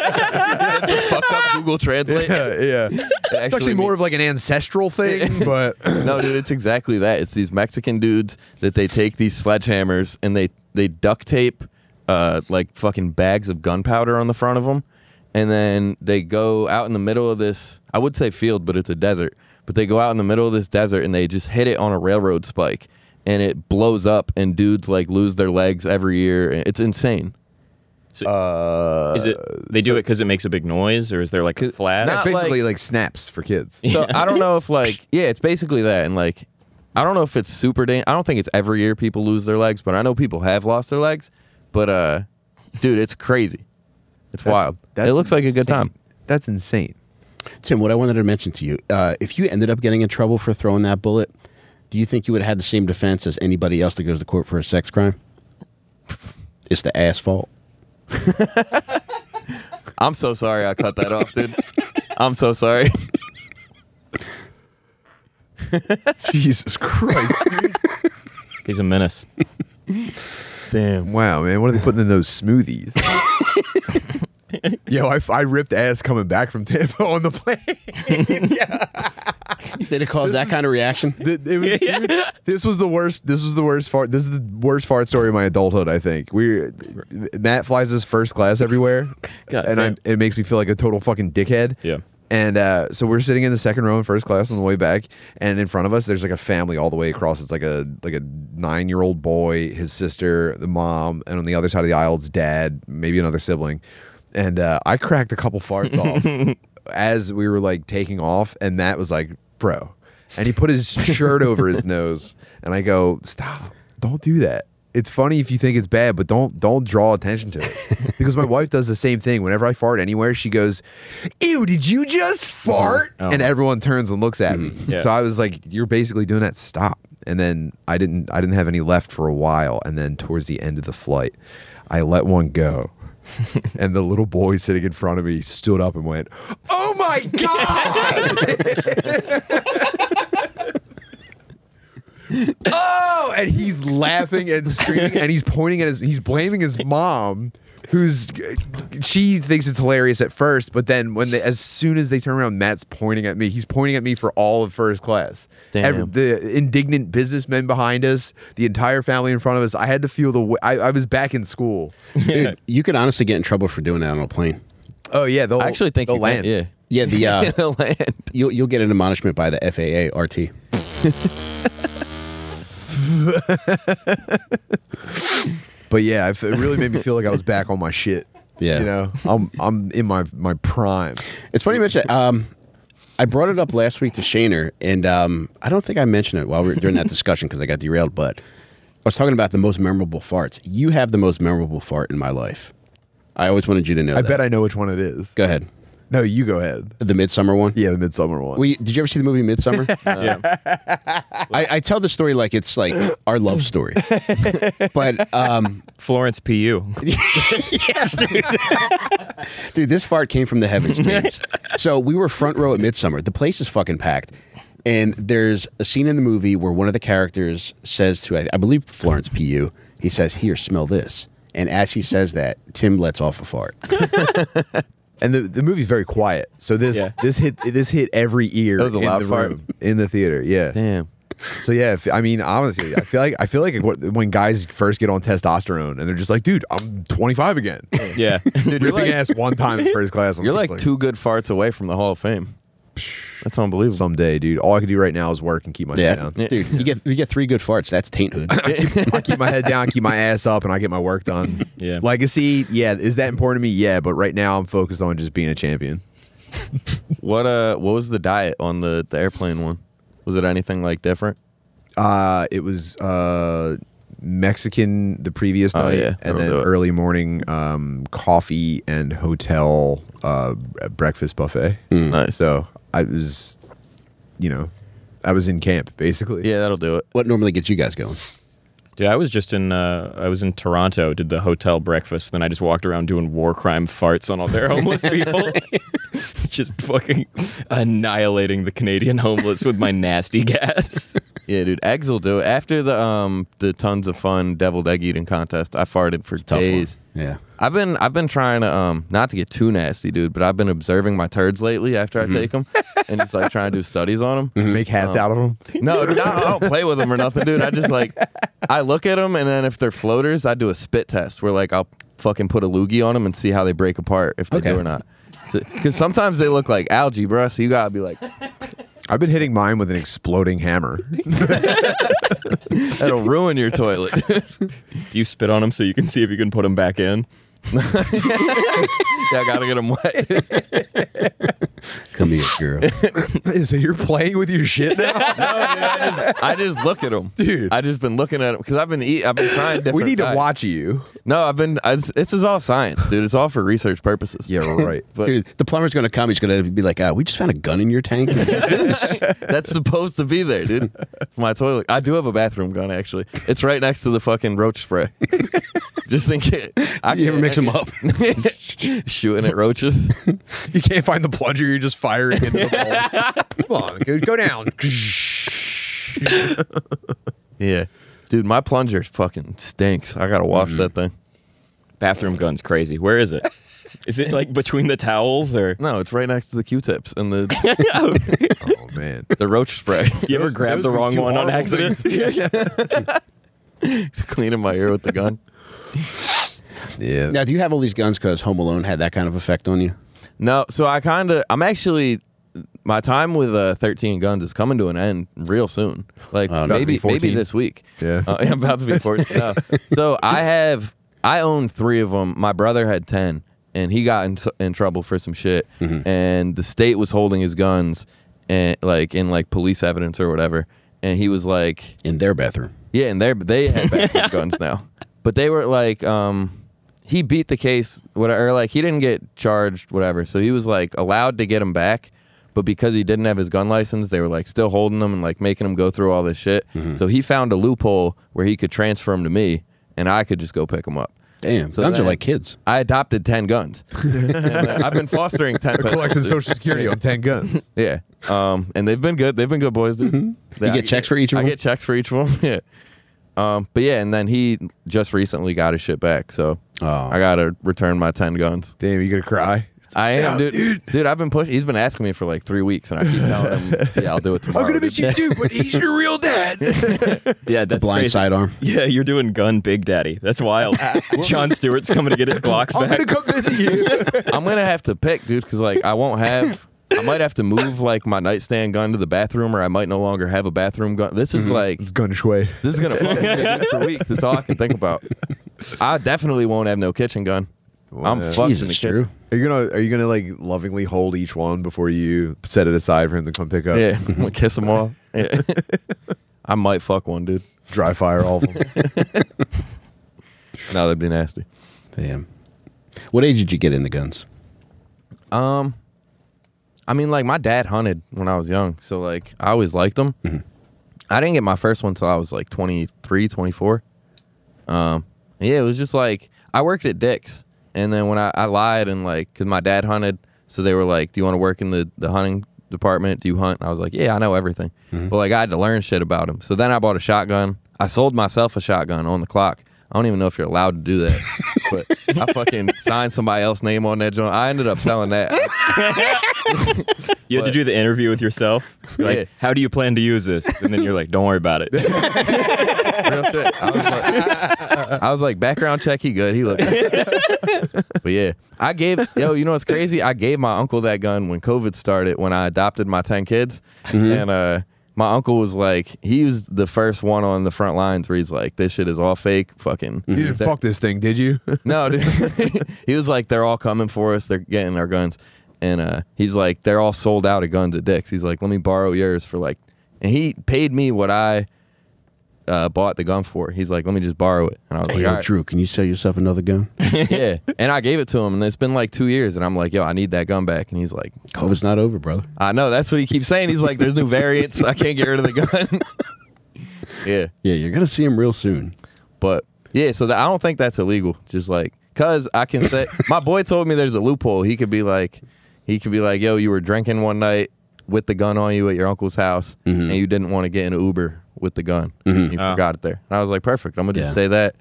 Speaker 3: Fuck up Google Translate.
Speaker 1: yeah,
Speaker 3: It
Speaker 1: it's actually more of like an ancestral thing, *laughs* but *clears throat*
Speaker 3: no, dude, it's exactly that. It's these Mexican dudes that they take these sledgehammers and they they duct tape uh, like fucking bags of gunpowder on the front of them, and then they go out in the middle of this. I would say field, but it's a desert. But they go out in the middle of this desert and they just hit it on a railroad spike, and it blows up, and dudes like lose their legs every year. It's insane.
Speaker 4: So, is it they do it because it makes a big noise, or is there like a flash?
Speaker 3: not-
Speaker 1: it's basically like, snaps for *laughs* kids.
Speaker 3: So I don't know if *laughs* like yeah, it's basically that and like I don't know if it's super dang I don't think it's every year people lose their legs, but I know people have lost their legs. But uh dude, it's crazy. It's wild.
Speaker 1: That's
Speaker 3: it looks like a good
Speaker 1: insane.
Speaker 3: time.
Speaker 1: That's insane.
Speaker 2: Tim, what I wanted to mention to you, uh, if you ended up getting in trouble for throwing that bullet, do you think you would have had the same defense as anybody else that goes to court for a sex crime? It's the asphalt.
Speaker 3: I'm so sorry I cut that off, dude. *laughs* I'm so *laughs* sorry.
Speaker 1: Jesus Christ.
Speaker 4: He's a menace.
Speaker 3: Damn.
Speaker 1: *laughs* Wow, man, what are they putting in those *laughs* smoothies? Yo, I, I ripped ass coming back from Tampa on the plane.
Speaker 2: Did it cause that kind of reaction?
Speaker 1: *laughs* Th- it was- dude, this was the worst. This was the worst fart. This is the worst fart story of my adulthood. I think we Matt flies his first class everywhere,
Speaker 4: *laughs* God
Speaker 1: and I'm, it makes me feel like a total fucking dickhead.
Speaker 4: Yeah.
Speaker 1: And uh, so we're sitting in the second row in first class on the way back, and in front of us there's like a family all the way across. It's like a like a nine year old boy, his sister, the mom, and on the other side of the aisle it's dad, maybe another sibling. And uh, I cracked a couple farts off
Speaker 4: *laughs*
Speaker 1: as we were like taking off, and Matt was like, "Bro," and he put his shirt over his nose, and I go, "Stop! Don't do that." It's funny if you think it's bad, but don't don't draw attention to
Speaker 4: *laughs*
Speaker 1: it. because my wife does the same thing. Whenever I fart anywhere, she goes, "Ew, did you just fart?"
Speaker 4: Oh. Mm-hmm.
Speaker 1: And everyone turns and looks at me.
Speaker 4: Yeah.
Speaker 1: So I was like, "You're basically doing that. Stop." And then I didn't I didn't have any left for a while, and then towards the end of the flight, I let one go. *laughs* and the little boy sitting in front of me stood up and went, "Oh my god!" *laughs* oh, and he's laughing and screaming, and he's pointing at his, he's blaming his mom, who's she thinks it's hilarious at first, but then when they, as soon as they turn around, Matt's pointing at me. He's pointing at me for all of first class.
Speaker 3: Damn.
Speaker 1: the indignant businessmen behind us, the entire family in front of us. I had to feel the. wa- I, I was back in school.
Speaker 2: *laughs* Dude, you could honestly get in trouble for doing that on a plane.
Speaker 1: Oh yeah, they'll
Speaker 3: I actually think
Speaker 1: they'll
Speaker 3: you land.
Speaker 1: land.
Speaker 3: *laughs* Yeah.
Speaker 2: Yeah, the *laughs* uh,
Speaker 3: The land.
Speaker 2: you'll you'll get an admonishment by the FAA RT.
Speaker 1: But yeah, it really made me feel like I was back on my
Speaker 3: *laughs*
Speaker 1: shit.
Speaker 2: Yeah.
Speaker 1: you know, I'm I'm in my my prime.
Speaker 2: It's funny you mention that. Um, I brought it up last week to Shaner, and um, I don't think I mentioned it while we were during that discussion because I got derailed. But I was talking about the most memorable farts. You have the most memorable fart in my life. I always wanted you to know.
Speaker 1: I bet I know which one it is.
Speaker 2: Go ahead.
Speaker 1: No, you go ahead.
Speaker 2: The midsummer one.
Speaker 1: Yeah, the midsummer one.
Speaker 2: We did you ever see the
Speaker 1: *laughs*
Speaker 2: movie Midsummer?
Speaker 4: yeah.
Speaker 2: I, I tell the story like it's like our
Speaker 1: *laughs*
Speaker 2: love story, but um,
Speaker 4: Florence P.U.
Speaker 2: yes, dude. dude, this fart came from the
Speaker 3: *laughs*
Speaker 2: heavens. dudes. so we were front row at Midsummer. The place is fucking packed. And there's a scene in the movie where one of the characters says to, I, I believe Florence P.U., he says, Here, smell this. And as he says that, Tim lets off a
Speaker 3: *laughs*
Speaker 2: fart.
Speaker 1: and the, the movie's very quiet. So this
Speaker 3: Yeah.
Speaker 1: this hit this hit every ear
Speaker 3: That was a
Speaker 1: in
Speaker 3: loud
Speaker 1: the
Speaker 3: fart.
Speaker 1: room, in the theater. Yeah.
Speaker 3: Damn.
Speaker 1: So yeah, if, I mean honestly, I feel like I feel like what, when guys first get on testosterone and they're just like, dude, I'm 25 again.
Speaker 4: Yeah.
Speaker 3: Dude, *laughs* you're
Speaker 1: Ripping
Speaker 3: like,
Speaker 1: ass one time in first class. I'm
Speaker 3: *laughs* you're
Speaker 1: just
Speaker 3: like two good farts away from the Hall of Fame. That's unbelievable.
Speaker 1: someday, dude. All I can do right now is work and keep my head
Speaker 2: Yeah.
Speaker 1: down.
Speaker 2: Dude, you get, you get three good farts. That's
Speaker 3: *laughs*
Speaker 2: tainthood.
Speaker 1: I keep my head down, keep my ass up, and I get my work
Speaker 3: *laughs*
Speaker 1: done.
Speaker 4: Yeah.
Speaker 1: Legacy, yeah, is that important to me? Yeah, but right now I'm focused on just being a champion.
Speaker 3: What uh what was the diet on the, the airplane one? Was it anything like different?
Speaker 1: Uh, it was uh, Mexican the previous
Speaker 3: Oh,
Speaker 1: night,
Speaker 3: yeah.
Speaker 1: and
Speaker 3: That'll
Speaker 1: then
Speaker 3: do it.
Speaker 1: early morning um, coffee and hotel uh, breakfast buffet.
Speaker 3: Mm, Nice.
Speaker 1: So I was, you know, I was in camp basically.
Speaker 3: Yeah, that'll do it.
Speaker 2: what normally gets you guys going?
Speaker 4: Dude, I was just in uh, I was in Toronto, did the hotel breakfast, then I just walked around doing war crime farts on all their
Speaker 1: *laughs*
Speaker 4: homeless people. *laughs* just fucking annihilating the Canadian homeless with my
Speaker 1: *laughs*
Speaker 4: nasty gas.
Speaker 3: Yeah, dude, eggs will do it. After the um the tons of fun deviled egg eating contest, I farted for
Speaker 2: Tough one.
Speaker 3: days.
Speaker 2: Yeah.
Speaker 3: I've been I've been trying to um not to get too nasty, dude, but I've been observing my turds lately after
Speaker 2: Mm-hmm.
Speaker 3: I take 'em take them and just like trying to do studies on them.
Speaker 1: Make hats out of them.
Speaker 3: No, dude, I, I don't play with them or nothing, dude. I just like I look at them and then if they're floaters, I do a spit test where like I'll fucking put a loogie on them and see how they break apart if they
Speaker 2: Okay.
Speaker 3: do or not. Because sometimes they look like algae, bro. So you gotta be like,
Speaker 1: I've been hitting mine with an exploding hammer. *laughs*
Speaker 3: that'll ruin your toilet. *laughs*
Speaker 4: Do you spit on them so you can see if you can put them back in?
Speaker 3: yeah, I gotta get them wet.
Speaker 2: Come here, girl.
Speaker 1: so you're playing with your shit
Speaker 3: *laughs*
Speaker 1: now?
Speaker 3: I just look at them,
Speaker 1: Dude.
Speaker 3: I just been looking at them because I've been eat. I've been trying. Different
Speaker 1: we need to
Speaker 3: diets.
Speaker 1: watch you.
Speaker 3: No, I've been. I, this is all science, dude. It's all for research purposes.
Speaker 1: Yeah, right.
Speaker 3: *laughs* but
Speaker 2: Dude, the plumber's going to come. He's going to be like, uh, we just found a gun in your
Speaker 3: *laughs*
Speaker 2: tank.
Speaker 3: that's supposed to be there, dude. It's my toilet. I do have a bathroom gun actually. It's right next to the fucking roach spray. *laughs* Just think it. I
Speaker 2: you ever mix them up?
Speaker 3: *laughs* Shooting at roaches.
Speaker 1: *laughs* you can't find the plunger. You're just firing into the bowl. Come on, go, go down.
Speaker 3: Yeah, dude, my plunger fucking stinks. I gotta
Speaker 1: Mm-hmm.
Speaker 3: wash that thing.
Speaker 4: Bathroom gun's crazy. Where is it? Is it like between the towels or
Speaker 3: No, it's right next to the Q-tips and the
Speaker 1: *laughs* oh man,
Speaker 3: the roach spray. *laughs*
Speaker 4: you ever
Speaker 1: Those-
Speaker 4: grab
Speaker 1: those
Speaker 4: the
Speaker 1: were
Speaker 4: wrong
Speaker 1: two
Speaker 4: one on
Speaker 1: horrible *laughs*
Speaker 4: accident?
Speaker 3: Cleaning my ear with the gun.
Speaker 1: yeah.
Speaker 2: now, do you have all these guns because Home Alone had that kind of effect on you?
Speaker 3: No, so I kind of I'm actually my time with uh, 13 Guns is coming to an end real soon. Like
Speaker 2: Oh,
Speaker 1: Uh,
Speaker 2: no.
Speaker 3: maybe
Speaker 1: About to be
Speaker 3: maybe
Speaker 1: 14?
Speaker 3: this week.
Speaker 1: Yeah.
Speaker 3: Uh, *laughs* I'm about to be 14.
Speaker 1: *laughs*
Speaker 3: No. So I have I own 3 of them. My brother had 10 and he got in, in trouble for some shit
Speaker 1: Mm-hmm.
Speaker 3: and the state was holding his guns and like in like police evidence or whatever and he was like
Speaker 2: In their bathroom.
Speaker 3: yeah, and they they had bathroom guns now, but they were like, um, he beat the case, whatever. Or like he didn't get charged, whatever. So he was like allowed to get him back, but because he didn't have his gun license, they were like still holding him and like making him go through all this shit.
Speaker 2: Mm-hmm.
Speaker 3: So he found a loophole where he could transfer him to me, and I could just go pick him up.
Speaker 2: Damn,
Speaker 3: So
Speaker 2: guns are
Speaker 3: then-
Speaker 2: like kids.
Speaker 3: I adopted ten
Speaker 2: *laughs*
Speaker 3: guns. And, uh, I've been fostering ten. pets.
Speaker 1: Collecting social security on ten guns.
Speaker 3: Yeah. Um, and they've been good. They've been good boys. Dude. They-
Speaker 2: Mm-hmm. You get
Speaker 3: I
Speaker 2: checks for each of
Speaker 3: I
Speaker 2: them?
Speaker 3: get checks for each of them. *laughs* yeah. Um, but yeah, and then he just recently got his shit back, so
Speaker 2: Oh.
Speaker 3: I gotta return my ten guns.
Speaker 1: Damn, you gonna cry?
Speaker 3: I am, dude. dude. I've been pushing. He's been asking me for like three weeks, and I keep telling
Speaker 2: *laughs*
Speaker 3: him, "Yeah, I'll do it tomorrow." dude."
Speaker 1: you do, but *laughs* he's your real dad.
Speaker 4: *laughs* yeah, that's
Speaker 2: Blind
Speaker 4: crazy.
Speaker 2: sidearm.
Speaker 4: Yeah, you're doing gun Big Daddy. That's
Speaker 1: *laughs*
Speaker 4: wild. John Stewart's coming to get his Glocks
Speaker 1: I'm
Speaker 4: back.
Speaker 1: gonna come visit you.
Speaker 3: I'm gonna have to pick, dude, because like I won't have. I might have to move like my nightstand gun to the bathroom, or I might no longer have a bathroom gun. This
Speaker 2: Mm-hmm.
Speaker 3: is
Speaker 1: *laughs*
Speaker 3: like
Speaker 1: Gun shui.
Speaker 3: This is gonna fucking take me for weeks. That's all I can think about. I definitely won't have no kitchen gun.
Speaker 1: Well,
Speaker 3: I'm fucked in the
Speaker 2: Jesus,
Speaker 3: kitchen.
Speaker 2: Drew.
Speaker 1: Are you gonna Are you gonna like lovingly hold each one before you set it aside for him to come pick up?
Speaker 3: Yeah, I'm gonna *laughs* kiss them all. Yeah. *laughs* I might fuck one, dude.
Speaker 1: Dry fire all of them.
Speaker 3: No, that'd be nasty.
Speaker 2: Damn. What age did you get in the guns?
Speaker 3: Um, I mean, like my dad hunted when I was young, so like I always liked them. I didn't get my first one till I was like 23, 24. Um, yeah, it was just like I worked at Dick's, and then when I, I lied and like, cause my dad hunted, so they were like, "Do you want to work in the the hunting department? Do you hunt?" And I was like, "Yeah, I know everything," but like I had to learn shit about him. So then I bought a shotgun. I sold myself a shotgun on the clock. I don't even know if you're allowed to do that, but I fucking signed somebody else's name on that joint. I ended up selling that.
Speaker 4: You had to
Speaker 3: But-
Speaker 4: do the interview with *laughs* yourself. You're like,
Speaker 3: Yeah.
Speaker 4: how do you plan to use this? And then you're like, don't worry about it.
Speaker 3: Real shit. I was, like, I was like, background check, he good. He looked. good." *laughs* but yeah, I gave yo. You know what's crazy? I gave my uncle that gun when COVID started. When I adopted my ten kids, and uh, my uncle was like, he was the first one on the front lines where he's like, this shit is all fake. Fucking
Speaker 1: *laughs* You didn't
Speaker 3: That-
Speaker 1: fuck this thing, did you?
Speaker 3: no,
Speaker 2: *laughs*
Speaker 3: dude. *laughs* he was like, they're all coming for us. They're getting our guns. And uh, he's like, they're all sold out of guns at Dick's. He's like, let me borrow yours for like, and he paid me what I uh, bought the gun for. He's like, let me just borrow it. And I was
Speaker 2: Hey,
Speaker 3: like,
Speaker 2: Oh, yo,
Speaker 3: all right.
Speaker 2: Drew, can you sell yourself another gun?
Speaker 3: *laughs* yeah. And I gave it to him. And it's been like two years. And I'm like, yo, I need that gun back. And he's like,
Speaker 2: COVID's not over, brother.
Speaker 3: I know. That's what he keeps saying. He's like, there's new variants. I can't get rid of the gun. *laughs* yeah.
Speaker 2: Yeah, you're going to see him real soon.
Speaker 3: But yeah, so that, I don't think that's illegal. Just like, cause I can say, my boy told me there's a loophole. He could be like, he could be like, yo, you were drinking one night with the gun on you at your uncle's house, and you didn't want to get in an Uber with the gun. You
Speaker 4: Oh.
Speaker 3: forgot it there. And I was like, perfect. I'm gonna just
Speaker 2: Yeah.
Speaker 3: say that,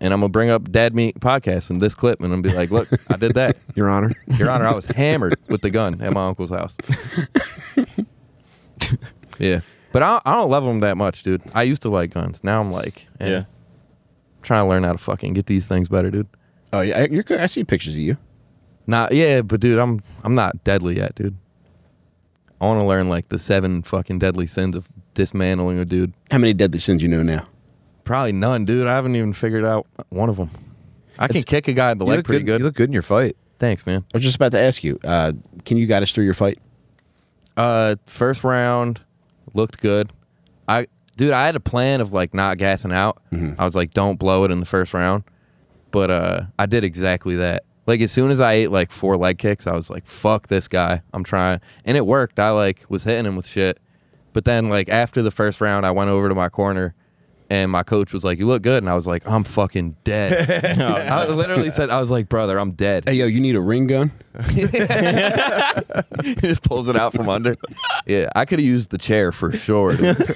Speaker 3: and I'm gonna bring up Dad Meat podcast and this clip, and I'm gonna be like, look, I did that.
Speaker 1: *laughs* Your Honor.
Speaker 3: Your Honor, I was hammered with the gun at my uncle's house. yeah. But I, I don't love them that much, dude. I used to like guns. Now I'm like, eh,
Speaker 4: *laughs* Yeah.
Speaker 3: trying to learn how to fucking get these things better, dude.
Speaker 2: Oh yeah, I, you're, good. I see pictures of you.
Speaker 3: Nah, yeah, but dude, I'm I'm not deadly yet, dude. I want to learn like the seven fucking deadly sins of dismantling a dude.
Speaker 2: How many deadly sins you know now?
Speaker 3: Probably none, dude. I haven't even figured out one of them. I can kick a guy in the
Speaker 1: You
Speaker 3: leg
Speaker 1: look
Speaker 3: pretty good.
Speaker 1: You look good in your fight.
Speaker 3: Thanks, man.
Speaker 2: I was just about to ask you. Uh, can you guide us through your fight?
Speaker 3: Uh, first round looked good. I, dude, I had a plan of like not gassing out. I was like, don't blow it in the first round, but uh, I did exactly that. Like as soon as I ate like four leg kicks, I was like, fuck this guy. I'm trying, and it worked. I like was hitting him with shit, but then like after the first round, I went over to my corner. And my coach was like, "You look good," and I was like, "I'm fucking
Speaker 4: *laughs*
Speaker 3: dead." I literally said, "I was like, brother, I'm dead." *laughs*
Speaker 2: Hey yo, you need a ring gun?
Speaker 3: he just pulls it out from under. Yeah, I could have used the chair for sure. dude.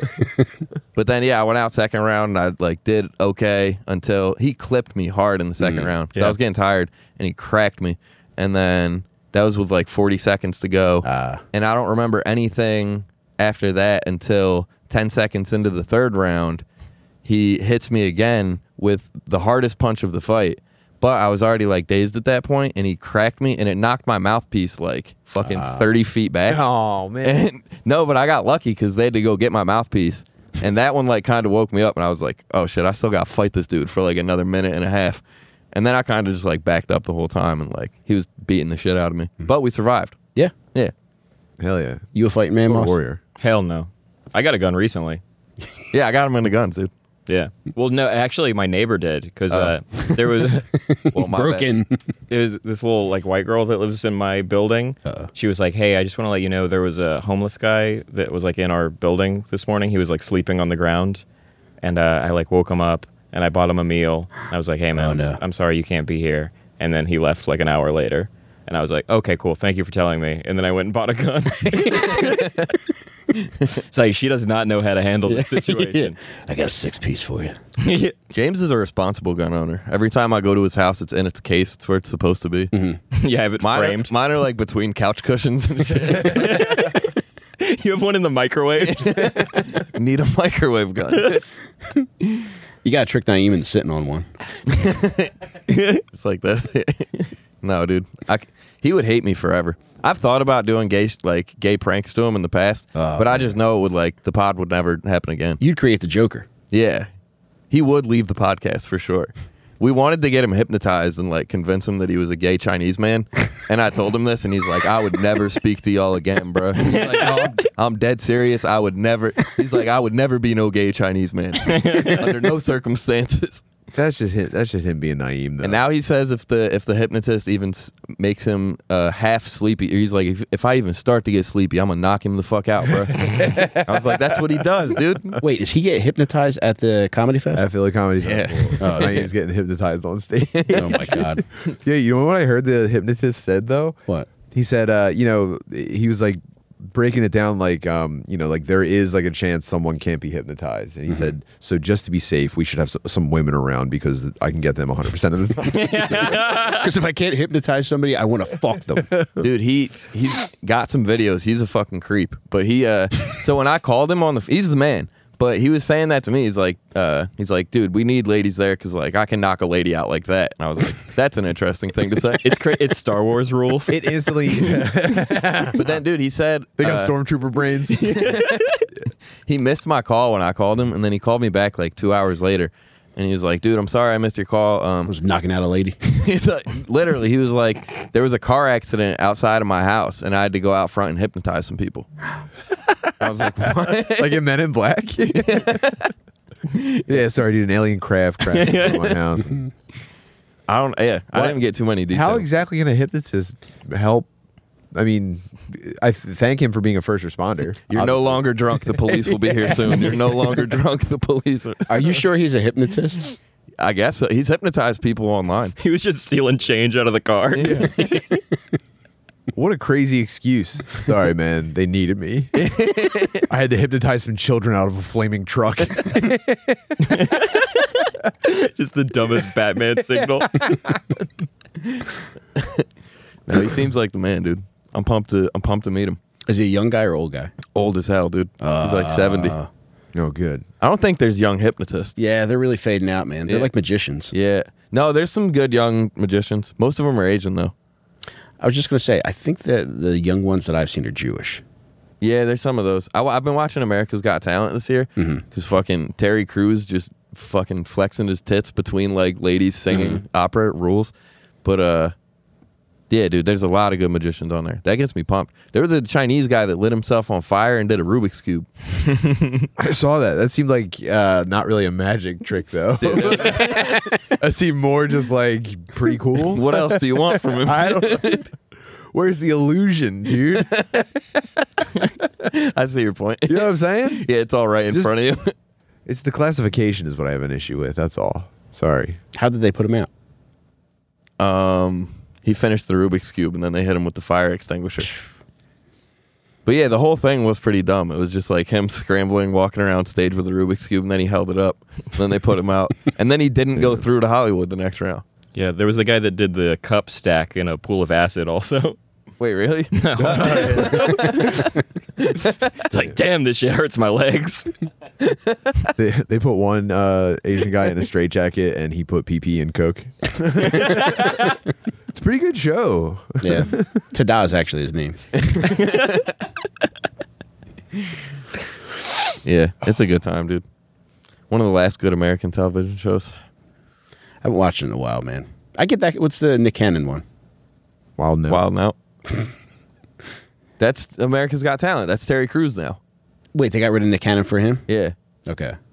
Speaker 3: but then, yeah, I went out second round and I like did okay until he clipped me hard in the second round. 'Cause I was getting tired and he cracked me. And then that was with like 40 seconds to go.
Speaker 2: Ah.
Speaker 3: and I don't remember anything after that until 10 seconds into the third round. He hits me again with the hardest punch of the fight. But I was already like dazed at that point, and he cracked me, and it knocked my mouthpiece like fucking thirty feet back.
Speaker 1: Oh man.
Speaker 3: And *laughs* no, but I got lucky because they had to go get my mouthpiece, and that one like kind of woke me up, and I was like, "Oh shit, I still got to fight this dude for like another minute and a half," and then I kind of just like backed up the whole time, and like he was beating the shit out of me, but we survived.
Speaker 2: Yeah,
Speaker 3: Yeah,
Speaker 1: Hell yeah.
Speaker 2: you a fighting man,
Speaker 1: What a
Speaker 2: Moss?
Speaker 1: warrior.
Speaker 4: Hell no. I got a gun recently.
Speaker 3: yeah, I got him in the guns, dude.
Speaker 4: Yeah. Well, no, actually, my neighbor did because uh, there was *laughs*
Speaker 3: Well, Oh, my bad.
Speaker 2: Broken.
Speaker 4: there was this little like white girl that lives in my building.
Speaker 2: Uh-oh.
Speaker 4: She was like, "Hey, I just want to let you know there was a homeless guy that was like in our building this morning. He was like sleeping on the ground, and uh, I like woke him up and I bought him a meal. And I was like, "Hey man,
Speaker 2: Oh,
Speaker 4: I'm,
Speaker 2: no.
Speaker 4: I'm sorry you can't be here." And then he left like an hour later, and I was like, "Okay, cool, thank you for telling me." And then I went and bought
Speaker 2: *laughs*
Speaker 4: a gun. it's like she does not know how to
Speaker 2: *laughs*
Speaker 4: handle this situation.
Speaker 2: *laughs*
Speaker 4: *laughs*
Speaker 2: I got a six piece for you.
Speaker 3: James is a responsible gun owner. Every time I go to his house, it's in its case. It's where it's supposed to be.
Speaker 4: you have it
Speaker 3: Mine,
Speaker 4: framed.
Speaker 3: Are, mine are like between couch cushions and shit.
Speaker 4: you have one in
Speaker 2: *laughs*
Speaker 4: the microwave.
Speaker 3: Need a microwave gun.
Speaker 2: You got to trick Naeem into sitting on one.
Speaker 3: *laughs* it's like that. *laughs* no, dude, I c he would hate me forever. I've thought about doing gay sh- like gay pranks to him in the past,
Speaker 2: Oh,
Speaker 3: but I just know it would like the pod would never happen again.
Speaker 2: You'd create the Joker.
Speaker 3: Yeah, he would leave the podcast for sure. We wanted to get him hypnotized and like convince him that he was a gay Chinese man, and I told him this, and he's like, "I would never speak to y'all again, bro." He's like, "No, I'm, I'm dead serious. I would never." He's like, "I would never be no gay Chinese man *laughs* under no circumstances."
Speaker 1: That's just him. That's just him being naive. Though.
Speaker 3: And now he says if the if the hypnotist even s- makes him uh, half sleepy, he's like, if, if I even start to get sleepy, I'm gonna knock him the fuck out,
Speaker 1: *laughs*
Speaker 3: bro. I was like, that's what he does, dude.
Speaker 2: Wait, does he get hypnotized at the comedy
Speaker 3: Uh, *laughs*
Speaker 2: fest?
Speaker 1: at Philly Comedy
Speaker 3: Yeah.
Speaker 1: Festival, Naeem's getting hypnotized on stage. *laughs*
Speaker 2: oh my god.
Speaker 1: yeah, you know what I heard the hypnotist said though?
Speaker 2: What?
Speaker 1: He said, uh, you know, he was like breaking it down like um, you know, like there is like a chance someone can't be hypnotized. And he
Speaker 3: Mm-hmm.
Speaker 1: said, so just to be safe, we should have some, some women around because I can get them 100% of the
Speaker 3: *laughs*
Speaker 1: time.
Speaker 2: Because if I can't hypnotize somebody, I want to fuck them.
Speaker 3: dude he he's got some videos he's a fucking creep but he uh so when i called him on the he's the man but he was saying that to me he's like uh he's like dude we need ladies there because like i can knock a lady out like that and i was like that's an interesting thing to say
Speaker 4: It's cra- it's Star Wars rules.
Speaker 1: it instantly
Speaker 3: *laughs* but then dude he said
Speaker 1: they got
Speaker 3: uh,
Speaker 1: stormtrooper
Speaker 3: *laughs*
Speaker 1: brains.
Speaker 3: he missed my call when i called him and then he called me back like two hours later and he was like dude i'm sorry i missed your call um *laughs*
Speaker 2: was knocking out a lady.
Speaker 3: He's like, literally, he was like, there was a car accident outside of my house, and I had to go out front and hypnotize some people. I was like, *laughs* what?
Speaker 1: like in Men in
Speaker 3: *laughs*
Speaker 1: Black. *laughs* yeah, sorry, dude. An alien craft crashed into my
Speaker 3: *laughs*
Speaker 1: house.
Speaker 3: I don't. Yeah, I
Speaker 1: What-
Speaker 3: didn't get too many details.
Speaker 1: How exactly can a hypnotist help? I mean, I th- thank him for being a first responder.
Speaker 3: You're no longer
Speaker 1: *laughs*
Speaker 3: drunk. The police will be here soon. You're no longer drunk. The police. Are.
Speaker 2: Are you sure he's a hypnotist?
Speaker 3: I guess so. he's hypnotized people online.
Speaker 4: *laughs* He was just stealing change out of the car.
Speaker 1: What a crazy excuse. Sorry, man. They needed
Speaker 3: *laughs*
Speaker 1: me. I had to hypnotize some children out of a flaming
Speaker 3: *laughs*
Speaker 1: truck.
Speaker 4: *laughs* just the
Speaker 3: *laughs*
Speaker 4: dumbest Batman signal.
Speaker 3: No, he seems like the man, dude. I'm pumped to I'm pumped to meet him.
Speaker 2: Is he a young guy or old guy?
Speaker 3: Old as hell, dude. he's like 70. I
Speaker 1: oh, good.
Speaker 3: don't think there's young hypnotists.
Speaker 2: Yeah, they're really fading out, man. They're
Speaker 3: Yeah.
Speaker 2: like magicians.
Speaker 3: Yeah. No, there's some good young magicians. Most of them are Asian though.
Speaker 2: I was just gonna say, I think that the young ones that I've seen are Jewish.
Speaker 3: Yeah, there's some of those. I, have been watching America's Got Talent this year because
Speaker 1: Mm-hmm.
Speaker 3: fucking Terry Crews just fucking flexing his tits between like ladies singing
Speaker 1: Mm-hmm.
Speaker 3: opera it rules. But uh, yeah, dude, there's a lot of good magicians on there. That gets me pumped. There was a Chinese guy that lit himself on fire and did a Rubik's cube.
Speaker 1: I saw that. That seemed like uh, not really a magic trick, though. *laughs* that seemed more just like pretty cool.
Speaker 3: What else do you want from
Speaker 1: *laughs*
Speaker 3: him?
Speaker 1: I don't. Where's the illusion, dude?
Speaker 3: I see your point. *laughs*
Speaker 1: You know what I'm saying?
Speaker 3: Yeah, it's all right in
Speaker 1: Just-
Speaker 3: front of you.
Speaker 1: It's the classification is what I have an issue with. That's all. Sorry.
Speaker 2: How did they put him out?
Speaker 3: Um, he finished the Rubik's cube, and then they hit him with the fire extinguisher. *sighs* But yeah, the whole thing was pretty dumb. It was just like him scrambling, walking around stage with the Rubik's cube, and then he held it up. And then they put *laughs* him out, and then he didn't go through to Hollywood the next round.
Speaker 4: yeah, there was the guy that did the cup stack in a pool of acid also. *laughs*
Speaker 3: Wait, *laughs* really?
Speaker 4: It's like, damn, this shit hurts my legs.
Speaker 1: *laughs* They, they put one uh, Asian guy in a straitjacket and he put PP in
Speaker 3: *laughs*
Speaker 1: Coke. it's a pretty good show.
Speaker 2: Yeah, *laughs* Tada is actually his name.
Speaker 3: yeah, it's a good time, dude. One of the last good American television shows.
Speaker 2: I haven't watched it in a while, man. I get that. What's the Nick Cannon one?
Speaker 1: Wild no.
Speaker 3: Wild *laughs* now. That's America's Got Talent. That's Terry Crews now.
Speaker 2: Wait, they got rid of Nick Cannon for him?
Speaker 3: Yeah.
Speaker 2: Okay.
Speaker 4: Yeah.
Speaker 3: *laughs*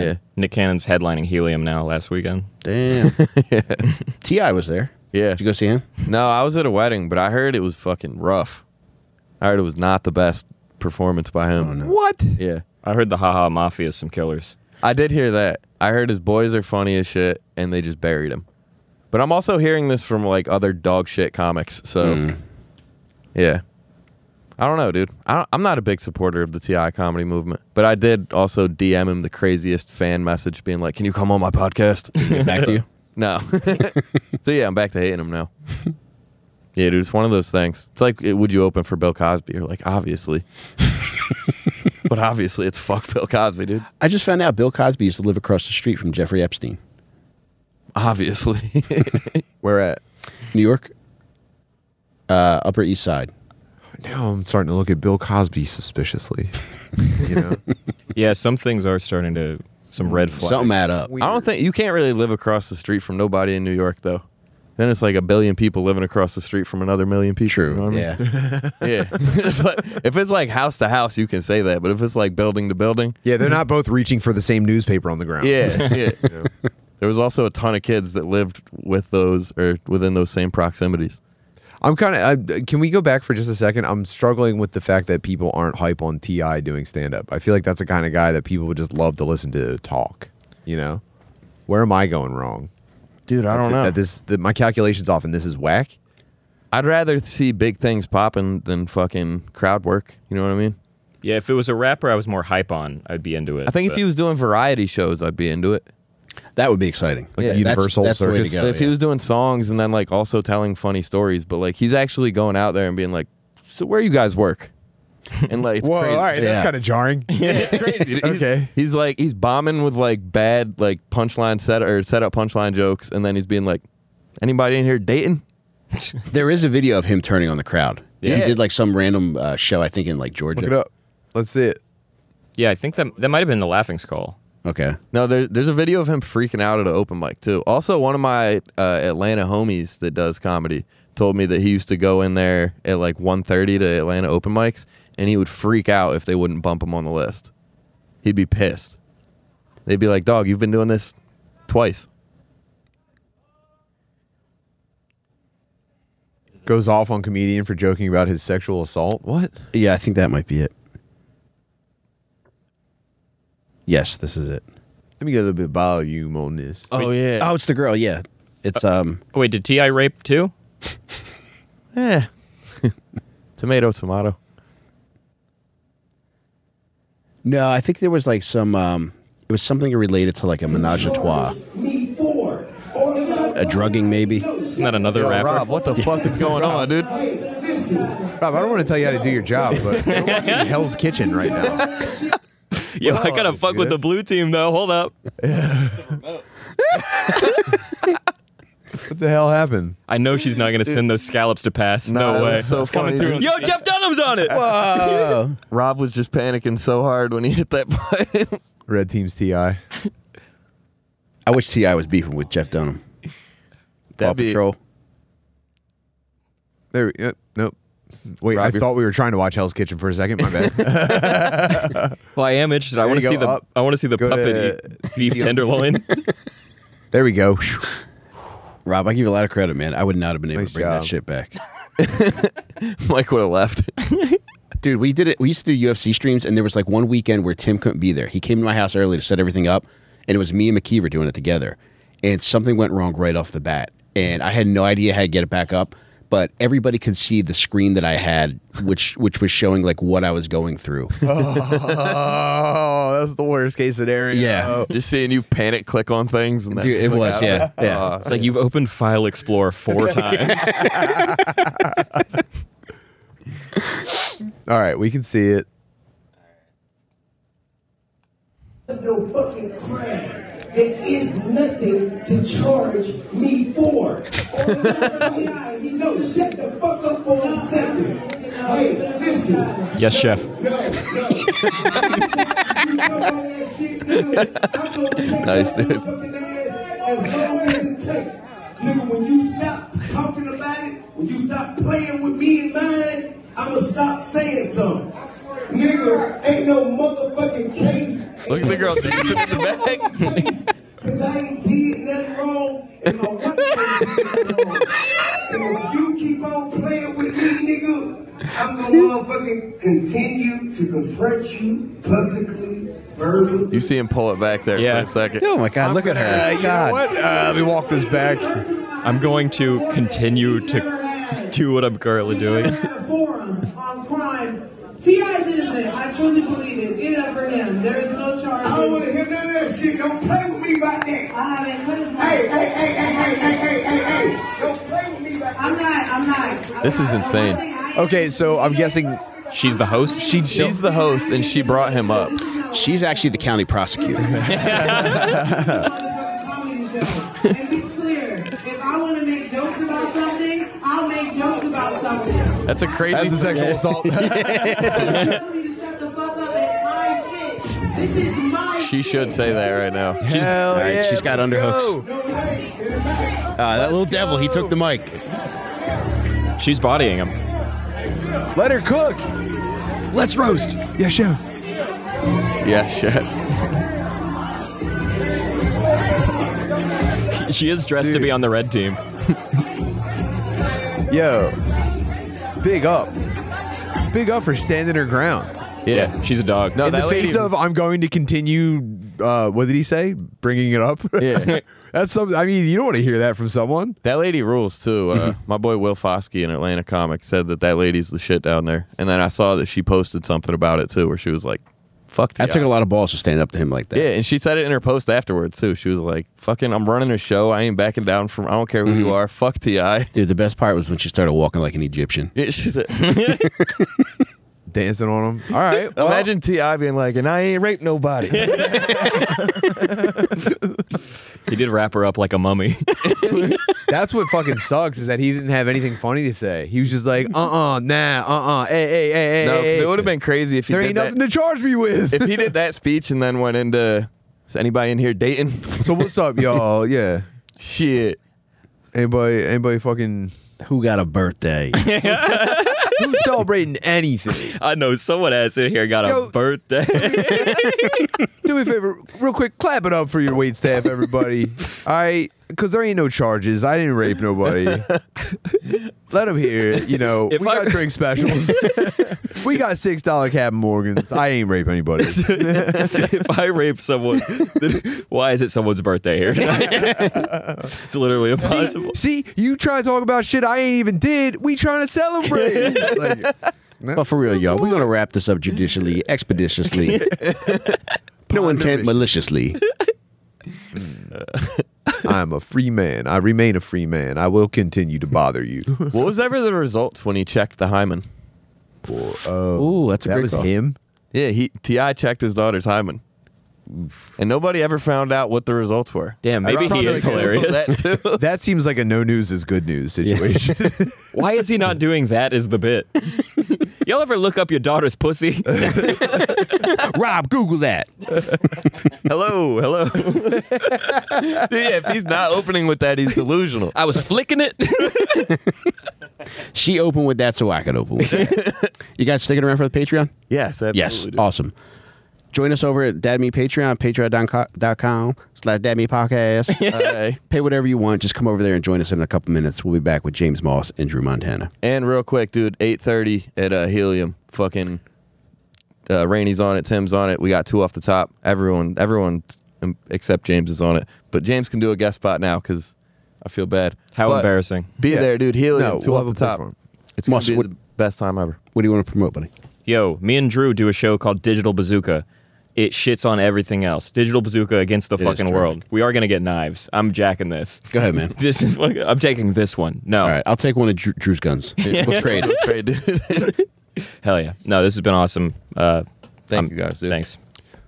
Speaker 3: Yeah.
Speaker 4: Nick Cannon's headlining Helium now last weekend.
Speaker 2: Damn. *laughs* Ti was there.
Speaker 3: Yeah.
Speaker 2: Did you go see him?
Speaker 3: No, I was at a wedding, but I heard it was fucking rough. I heard it was not the best performance by him.
Speaker 1: What?
Speaker 3: Yeah.
Speaker 4: I heard the Haha Mafia is some killers.
Speaker 3: I did hear that. I heard his boys are funny as shit and they just buried him. But I'm also hearing this from like other dog shit comics. So, yeah. I don't know, dude. I don't, I'm not a big supporter of the TI comedy movement, but I did also DM him the craziest fan message being like, Can you come on my podcast?
Speaker 2: Get back to *laughs* you.
Speaker 3: No. *laughs* so yeah, I'm back to hating him now. Yeah, dude, it's one of those things. It's like, it- would you open for Bill Cosby? You're like, obviously. *laughs* but obviously, it's fuck Bill Cosby, dude.
Speaker 2: I just found out Bill Cosby used to live across the street from Jeffrey Epstein,
Speaker 3: Obviously. *laughs*
Speaker 1: Where at?
Speaker 2: New York, uh, Upper East Side.
Speaker 1: Now I'm starting to look at Bill Cosby suspiciously. you
Speaker 3: *laughs*
Speaker 1: know?
Speaker 4: Yeah, some things are starting to some red flags.
Speaker 2: Something add up.
Speaker 3: I don't think you can't really live across the street from nobody in New York, though. Then it's like a billion people living across the street from another million people. you know
Speaker 2: True.
Speaker 3: *laughs* what I mean?
Speaker 2: Yeah. *laughs*
Speaker 3: Yeah. *laughs* but if it's like house to house, you can say that. But if it's like building to building,
Speaker 1: Yeah, they're not both reaching for the same newspaper on the ground.
Speaker 2: *laughs*
Speaker 3: Yeah, yeah. There was also a ton of kids that lived with those or within those same proximities.
Speaker 1: I'm kind of. Can we go back for just a second? I'm struggling with the fact that people aren't hype on Ti doing stand up. I feel like that's the kind of guy that people would just love to listen to talk. You know, where am I going wrong?
Speaker 3: Dude, I don't
Speaker 1: That-
Speaker 3: know.
Speaker 1: That this that my calculations off and this is whack.
Speaker 3: I'd rather see big things popping than fucking crowd work. You know what I mean?
Speaker 4: Yeah, if it was a rapper I was more hype on, I'd be into it.
Speaker 3: I think if
Speaker 4: but-
Speaker 3: he was doing variety shows, I'd be into it.
Speaker 2: That would be exciting.
Speaker 1: Like
Speaker 3: Yeah,
Speaker 1: the
Speaker 2: that's-
Speaker 1: Universal
Speaker 2: that's the way to
Speaker 1: Circus.
Speaker 2: go.
Speaker 3: So if he
Speaker 2: yeah.
Speaker 3: was doing songs and then like also telling funny stories, but like he's actually going out there and being like, "So where you guys work?" *laughs* And like, it's
Speaker 1: Whoa!
Speaker 3: crazy.
Speaker 1: All
Speaker 3: *laughs*
Speaker 1: right,
Speaker 2: Yeah.
Speaker 1: that's kind of *laughs* jarring. okay.
Speaker 3: He's like he's bombing with like bad like punchline set or set up punchline jokes, and then he's being like, "Anybody in here dating?"
Speaker 2: There is a video of him turning on the crowd. He
Speaker 3: Yeah.
Speaker 2: did like some random uh, show, I think in like Georgia.
Speaker 1: Look it up. Let's see it.
Speaker 4: Yeah, I think that that might have been the Laughing Skull.
Speaker 2: Okay.
Speaker 3: No, there, there's a video of him freaking out at an open mic too. Also, one of my uh, Atlanta homies that does comedy told me that he used to go in there at like 1.30 to Atlanta open mics, and he would freak out if they wouldn't bump him on the list. He'd be pissed. They'd be like, "Dog, you've been doing this twice."
Speaker 1: Goes off on comedian for joking about his sexual assault. What?
Speaker 2: Yeah, I think that might be it. Yes, this is it.
Speaker 1: Let me get a little bit of volume on this.
Speaker 3: Oh yeah.
Speaker 2: Oh, it's the girl. Yeah, it's um.
Speaker 4: Oh, wait, did Ti rape too?
Speaker 3: Eh. *laughs* tomato, tomato.
Speaker 2: No, I think there was like some um. It was something related to like a menage a trois,
Speaker 5: Need four. Only got
Speaker 2: a drugging maybe.
Speaker 4: Isn't that another
Speaker 3: Yo,
Speaker 4: rapper?
Speaker 3: Rob, what the fuck is going on, dude?
Speaker 1: Rob, I don't want to tell you how to do your job, *laughs* but we're watching Hell's Kitchen right now.
Speaker 4: *laughs* Yo, I gotta
Speaker 1: Oh,
Speaker 4: fuck with the
Speaker 1: yes.
Speaker 4: blue team though. Hold up.
Speaker 1: What the hell happened?
Speaker 4: I know she's not gonna send those scallops to pass.
Speaker 3: Nah,
Speaker 4: no way.
Speaker 3: that's so
Speaker 4: It's coming
Speaker 3: funny,
Speaker 4: through.
Speaker 3: dude.
Speaker 4: Yo, Jeff Dunham's on it.
Speaker 2: Oh,
Speaker 3: Rob was just panicking so hard when he hit that *laughs* button.
Speaker 1: Red Team's Ti.
Speaker 2: I wish Ti was beefing with Jeff Dunham. Paw
Speaker 3: That'd be-
Speaker 2: Patrol.
Speaker 1: There. We, uh, nope. Wait,
Speaker 3: Rob,
Speaker 1: I
Speaker 3: you're-
Speaker 1: thought we were trying to watch Hell's Kitchen for a second. My *laughs* bad.
Speaker 4: Well, I am interested. I
Speaker 1: There
Speaker 4: want
Speaker 1: you
Speaker 4: to
Speaker 1: go,
Speaker 4: see the
Speaker 1: up.
Speaker 4: I want to see the
Speaker 1: Go
Speaker 4: puppet
Speaker 1: to-
Speaker 4: eat beef
Speaker 1: *laughs*
Speaker 4: tenderloin.
Speaker 1: there we go.
Speaker 2: Rob, I give you a lot of credit, man. I would not have been able
Speaker 1: Nice
Speaker 2: to bring
Speaker 1: job.
Speaker 2: that shit back. *laughs*
Speaker 3: *laughs* Mike would have left.
Speaker 2: Dude, we did it. We used to do UFC streams, and there was like one weekend where Tim couldn't be there. He came to my house early to set everything up, and it was me and McKeever doing it together. And something went wrong right off the bat, and I had no idea how to get it back up. But everybody could see the screen that I had, which which was showing like what I was
Speaker 1: *laughs*
Speaker 2: going through.
Speaker 1: oh, that's the worst case scenario.
Speaker 2: Yeah.
Speaker 3: Just seeing you panic click on things and then
Speaker 2: Oh. Dude, it
Speaker 3: click
Speaker 2: was
Speaker 3: out.
Speaker 2: yeah, yeah.
Speaker 3: Uh,
Speaker 4: it's like you've opened File Explorer four times.
Speaker 1: All right, we can see it.
Speaker 5: There's no fucking crime. There is nothing to charge me for. Only got a guy, No, shut the fuck up for a second. Hey, listen.
Speaker 4: yes, chef.
Speaker 5: nice,
Speaker 3: dude.
Speaker 5: Nigga, when you stop talking about it, when you stop playing with me and mine, I'ma stop saying something. Nigga, ain't no motherfucking case.
Speaker 3: Look at the girl dancing in the back.
Speaker 5: Cause I ain't did nothing wrong, and my wife ain't did nothing wrong. And if you keep on playing with me, nigga, I'm gonna motherfucking continue to confront you publicly, verbally.
Speaker 3: You see him pull it back there
Speaker 4: Yeah.
Speaker 3: for a second.
Speaker 2: Oh my god, look at her!
Speaker 1: Uh, you know
Speaker 2: god,
Speaker 1: what? Uh, let me walk this back.
Speaker 4: I'm going to continue to do what I'm currently doing.
Speaker 5: forum on crime. T.I.'s innocent. I truly believe it. Get it up for him. There is no charge.
Speaker 6: I don't want to hear none of that shit. Don't play with me about that.
Speaker 5: I haven't
Speaker 6: Hey, hey,
Speaker 5: criticized.
Speaker 6: hey, hey, hey, hey, hey, hey, hey. Don't play with me about that.
Speaker 5: I'm not. I'm not.
Speaker 3: This is insane.
Speaker 1: Okay, so I'm guessing
Speaker 4: She's the host. She
Speaker 3: She's the host and she brought him up.
Speaker 2: she's actually the
Speaker 1: *laughs*
Speaker 2: county prosecutor.
Speaker 5: and be clear. If I want to make jokes about something, I'll make jokes about something.
Speaker 3: *laughs* That's a crazy
Speaker 1: that's a sexual *laughs* assault.
Speaker 5: Tell me to shut the fuck up. It's my shit. This is my
Speaker 3: She
Speaker 5: shit.
Speaker 3: should say that right now.
Speaker 1: Hell
Speaker 2: All right,
Speaker 1: yeah,
Speaker 2: she's got
Speaker 1: let's
Speaker 2: underhooks.
Speaker 1: go.
Speaker 2: Uh, that little devil, he took the mic.
Speaker 4: she's bodying him.
Speaker 1: Let her cook.
Speaker 2: Let's roast.
Speaker 1: Yeah, chef.
Speaker 3: Yeah, shit.
Speaker 4: She is dressed to
Speaker 1: Dude.
Speaker 4: be on the red team.
Speaker 1: Yo, big up. Big up for standing her ground.
Speaker 4: Yeah, she's a dog.
Speaker 3: No,
Speaker 1: In
Speaker 3: Oh, that
Speaker 1: the
Speaker 3: lady,
Speaker 1: face of, I'm going to continue, uh, what did he say? Bringing it up?
Speaker 3: Yeah.
Speaker 1: *laughs* That's something, I mean, you don't want to hear that from someone.
Speaker 3: that lady rules too.
Speaker 2: Mm-hmm.
Speaker 3: Uh, my boy Will Foskey in Atlanta Comics said that that lady's the shit down there. And then I saw that she posted something about it too, where she was like, "Fuck
Speaker 2: That
Speaker 3: T.I.
Speaker 2: took a lot of balls to stand up to him like that.
Speaker 3: Yeah, and she said it in her post afterwards too. She was like, "Fucking, I'm running a show. I ain't backing down from. I don't care who
Speaker 2: Mm-hmm.
Speaker 3: you are. Fuck Ti." Yeah,
Speaker 2: Dude, the best part was when she started walking like an Egyptian.
Speaker 3: *laughs* she said-
Speaker 1: Dancing on him. All right. well,
Speaker 3: *laughs* Imagine Ti being like, "And I ain't raped *laughs* nobody."
Speaker 4: He did wrap her up like
Speaker 1: *laughs*
Speaker 4: a mummy.
Speaker 1: That's what fucking sucks is that he didn't have anything funny to say. He was just like, uh uh nah, uh uh, hey, hey, hey,
Speaker 3: no, 'cause
Speaker 1: hey.
Speaker 3: it would
Speaker 1: hey.
Speaker 3: have been crazy if he
Speaker 1: There
Speaker 3: did
Speaker 1: ain't
Speaker 3: that.
Speaker 1: nothing to charge me with.
Speaker 3: if he *laughs* did that speech and then went into, "Is anybody in here dating?"
Speaker 1: *laughs*
Speaker 3: *laughs*
Speaker 1: so what's up, y'all? Yeah.
Speaker 3: Shit.
Speaker 1: Anybody, anybody
Speaker 3: *laughs*
Speaker 1: fucking,
Speaker 2: Who got a birthday?
Speaker 1: who's celebrating anything?
Speaker 4: I know someone has in here got
Speaker 1: Yo.
Speaker 4: a birthday.
Speaker 1: Do me a favor, real quick, clap it up for your wait staff, everybody. All right. because there ain't no charges. I didn't rape nobody. Let them hear it. You know,
Speaker 4: If
Speaker 1: we
Speaker 4: I-
Speaker 1: got drink specials. we got six dollar Captain Morgans. I ain't rape anybody.
Speaker 4: *laughs* if I rape someone, then why is it someone's birthday here? it's literally impossible.
Speaker 1: See, you trying to talk about shit I ain't even did. We trying to celebrate. Like,
Speaker 2: *laughs* But for real, y'all, we're gonna wrap this up *laughs* judicially, expeditiously. no intent, maliciously.
Speaker 1: I'm a free man. I remain a free man. I will continue to bother you.
Speaker 3: What was ever the results when he checked the hymen?
Speaker 2: Ooh, that's a
Speaker 1: Uh, that
Speaker 2: great
Speaker 1: was
Speaker 2: call.
Speaker 1: him.
Speaker 3: Yeah, he Ti checked his daughter's hymen, and nobody ever found out what the results were.
Speaker 4: Damn,
Speaker 1: That's
Speaker 4: maybe he
Speaker 1: probably
Speaker 4: is
Speaker 1: like a-
Speaker 4: hilarious.
Speaker 3: That too.
Speaker 1: *laughs* That seems like a no news is good news situation.
Speaker 4: Why is he not doing that? Is the bit? Y'all ever look up your daughter's pussy?
Speaker 2: Rob, Google that.
Speaker 4: hello, hello.
Speaker 3: *laughs* yeah, if he's not opening with that, he's delusional.
Speaker 4: I was flicking it.
Speaker 2: She opened with that, so I could open with that. *laughs* you guys sticking around for the Patreon?
Speaker 3: Yes, absolutely.
Speaker 2: Yes,
Speaker 3: do.
Speaker 2: awesome. Join us over at Dad Me Patreon, patreon.com slash Dad Me *laughs* Podcast. Uh,
Speaker 3: Okay.
Speaker 2: pay whatever you want. Just come over there and join us in a couple minutes. We'll be back with James Moss and Drew Montana.
Speaker 3: And real quick, dude, eight thirty at uh, Helium. Fucking uh, Rainey's on it. Tim's on it. We got two off the top. Everyone, everyone um, except James is on it. But James can do a guest spot now because I feel bad.
Speaker 4: How
Speaker 3: But
Speaker 4: embarrassing.
Speaker 3: Be
Speaker 1: Yeah.
Speaker 3: there, dude. Helium.
Speaker 1: No,
Speaker 3: 2
Speaker 1: we'll
Speaker 3: off
Speaker 1: have a
Speaker 3: the top.
Speaker 1: platform.
Speaker 3: It's gonna
Speaker 2: Must-
Speaker 3: be
Speaker 2: what-
Speaker 3: the best time ever.
Speaker 2: What do you want to promote, buddy?
Speaker 4: Yo, me and Drew do a show called Digital Bazooka. It shits on everything else. Digital Bazooka against the fucking
Speaker 2: terrific.
Speaker 4: world. We are gonna get knives. I'm jacking this.
Speaker 2: Go ahead, *laughs* man.
Speaker 4: This is. fucking- I'm taking this one. No.
Speaker 2: All right, I'll take one of Drew, Drew's *laughs* guns. We'll
Speaker 3: *laughs*
Speaker 2: trade.
Speaker 3: Great, dude.
Speaker 4: Hell yeah. No, this has been awesome. Uh,
Speaker 3: Thank you guys, dude.
Speaker 4: Thanks.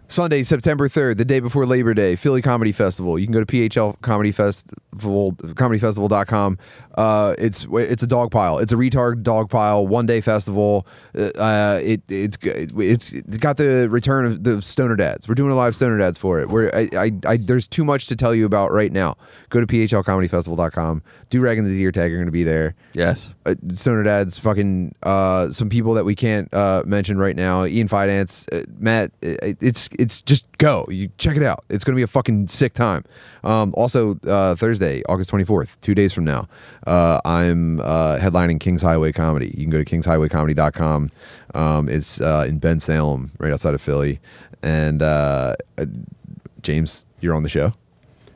Speaker 1: Sunday, September 3rd, the day before Labor Day, Philly Comedy Festival. You can go to PHL Comedy Festival, comedyfestival.com. Uh, it's it's a dog pile. It's a retard dog pile, one day festival. Uh, Uh, it it's g- it's it's got the return of the Stoner Dads. We're doing a live Stoner Dads for it. We're, I, I, I there's too much to tell you about right now. Go to phlcomedyfestival.com. Do Rag and the Deer Tag are going to be there
Speaker 3: Yes.
Speaker 1: uh, Stoner Dad's fucking uh, some people that we can't uh, mention right now. Ian Finance, uh, Matt. It, it's it's just go. You check it out. It's gonna be a fucking sick time. Um, also uh, Thursday, August twenty fourth, two days from now, uh, I'm uh, headlining Kings Highway Comedy. You can go to kingshighwaycomedy.com. Um, it's uh, in Ben Salem, right outside of Philly. And uh, uh, James, you're on the show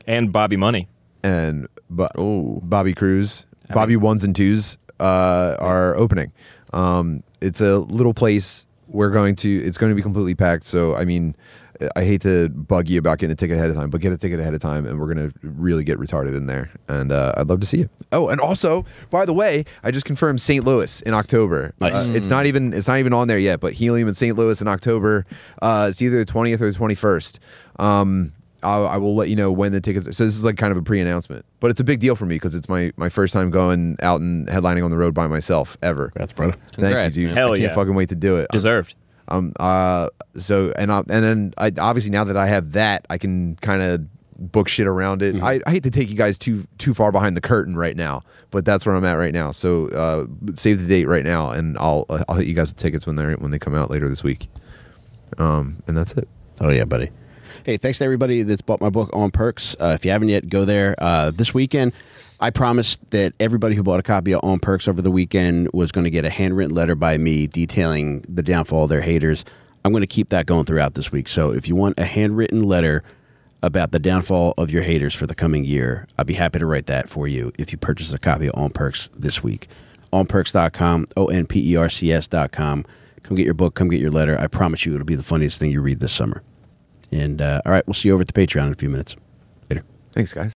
Speaker 4: And Bobby Money.
Speaker 1: and but Bobby Cruz, Bobby ones and twos uh, are opening. Um, it's a little place. We're going to. It's going to be completely packed. So I mean, I hate to bug you about getting a ticket ahead of time, but get a ticket ahead of time, and we're going to really get retarded in there. And uh, I'd love to see you. Oh, and also, by the way, I just confirmed St. Louis in October.
Speaker 2: Nice.
Speaker 1: Uh, It's not even. It's not even on there yet. But Helium in St. Louis in October. Uh, it's either the twentieth or the twenty first. Um, I'll, I will let you know when the tickets. So this is like kind of a pre-announcement, but it's a big deal for me because it's my my first time going out and headlining on the road by myself ever.
Speaker 2: That's brother.
Speaker 1: Thank
Speaker 3: Congrats,
Speaker 1: you, dude.
Speaker 3: man.
Speaker 4: Hell
Speaker 1: I can't
Speaker 4: yeah.
Speaker 1: fucking wait to do it.
Speaker 4: Deserved.
Speaker 1: Um. Uh. So and I, and then I obviously now that I have that, I can kind of book shit around it. I, I hate to take you guys too too far behind the curtain right now, but that's where I'm at right now. So uh, save the date right now, and I'll uh, I'll hit you guys with tickets when they are when they come out later this week. Um. And that's it.
Speaker 2: Oh yeah, buddy. Hey, thanks to everybody that's bought my book on perks. Uh, if you haven't yet, go there uh, this weekend. I promised that everybody who bought a copy of On Perks over the weekend was going to get a handwritten letter by me detailing the downfall of their haters. I'm going to keep that going throughout this week. So if you want a handwritten letter about the downfall of your haters for the coming year, I'd be happy to write that for you if you purchase a copy of On Perks this week. OnPerks.com, O N P E R C S.com. Come get your book, come get your letter. I promise you it'll be the funniest thing you read this summer. And uh, all right, we'll see you over at the Patreon in a few minutes. Later.
Speaker 1: Thanks, guys.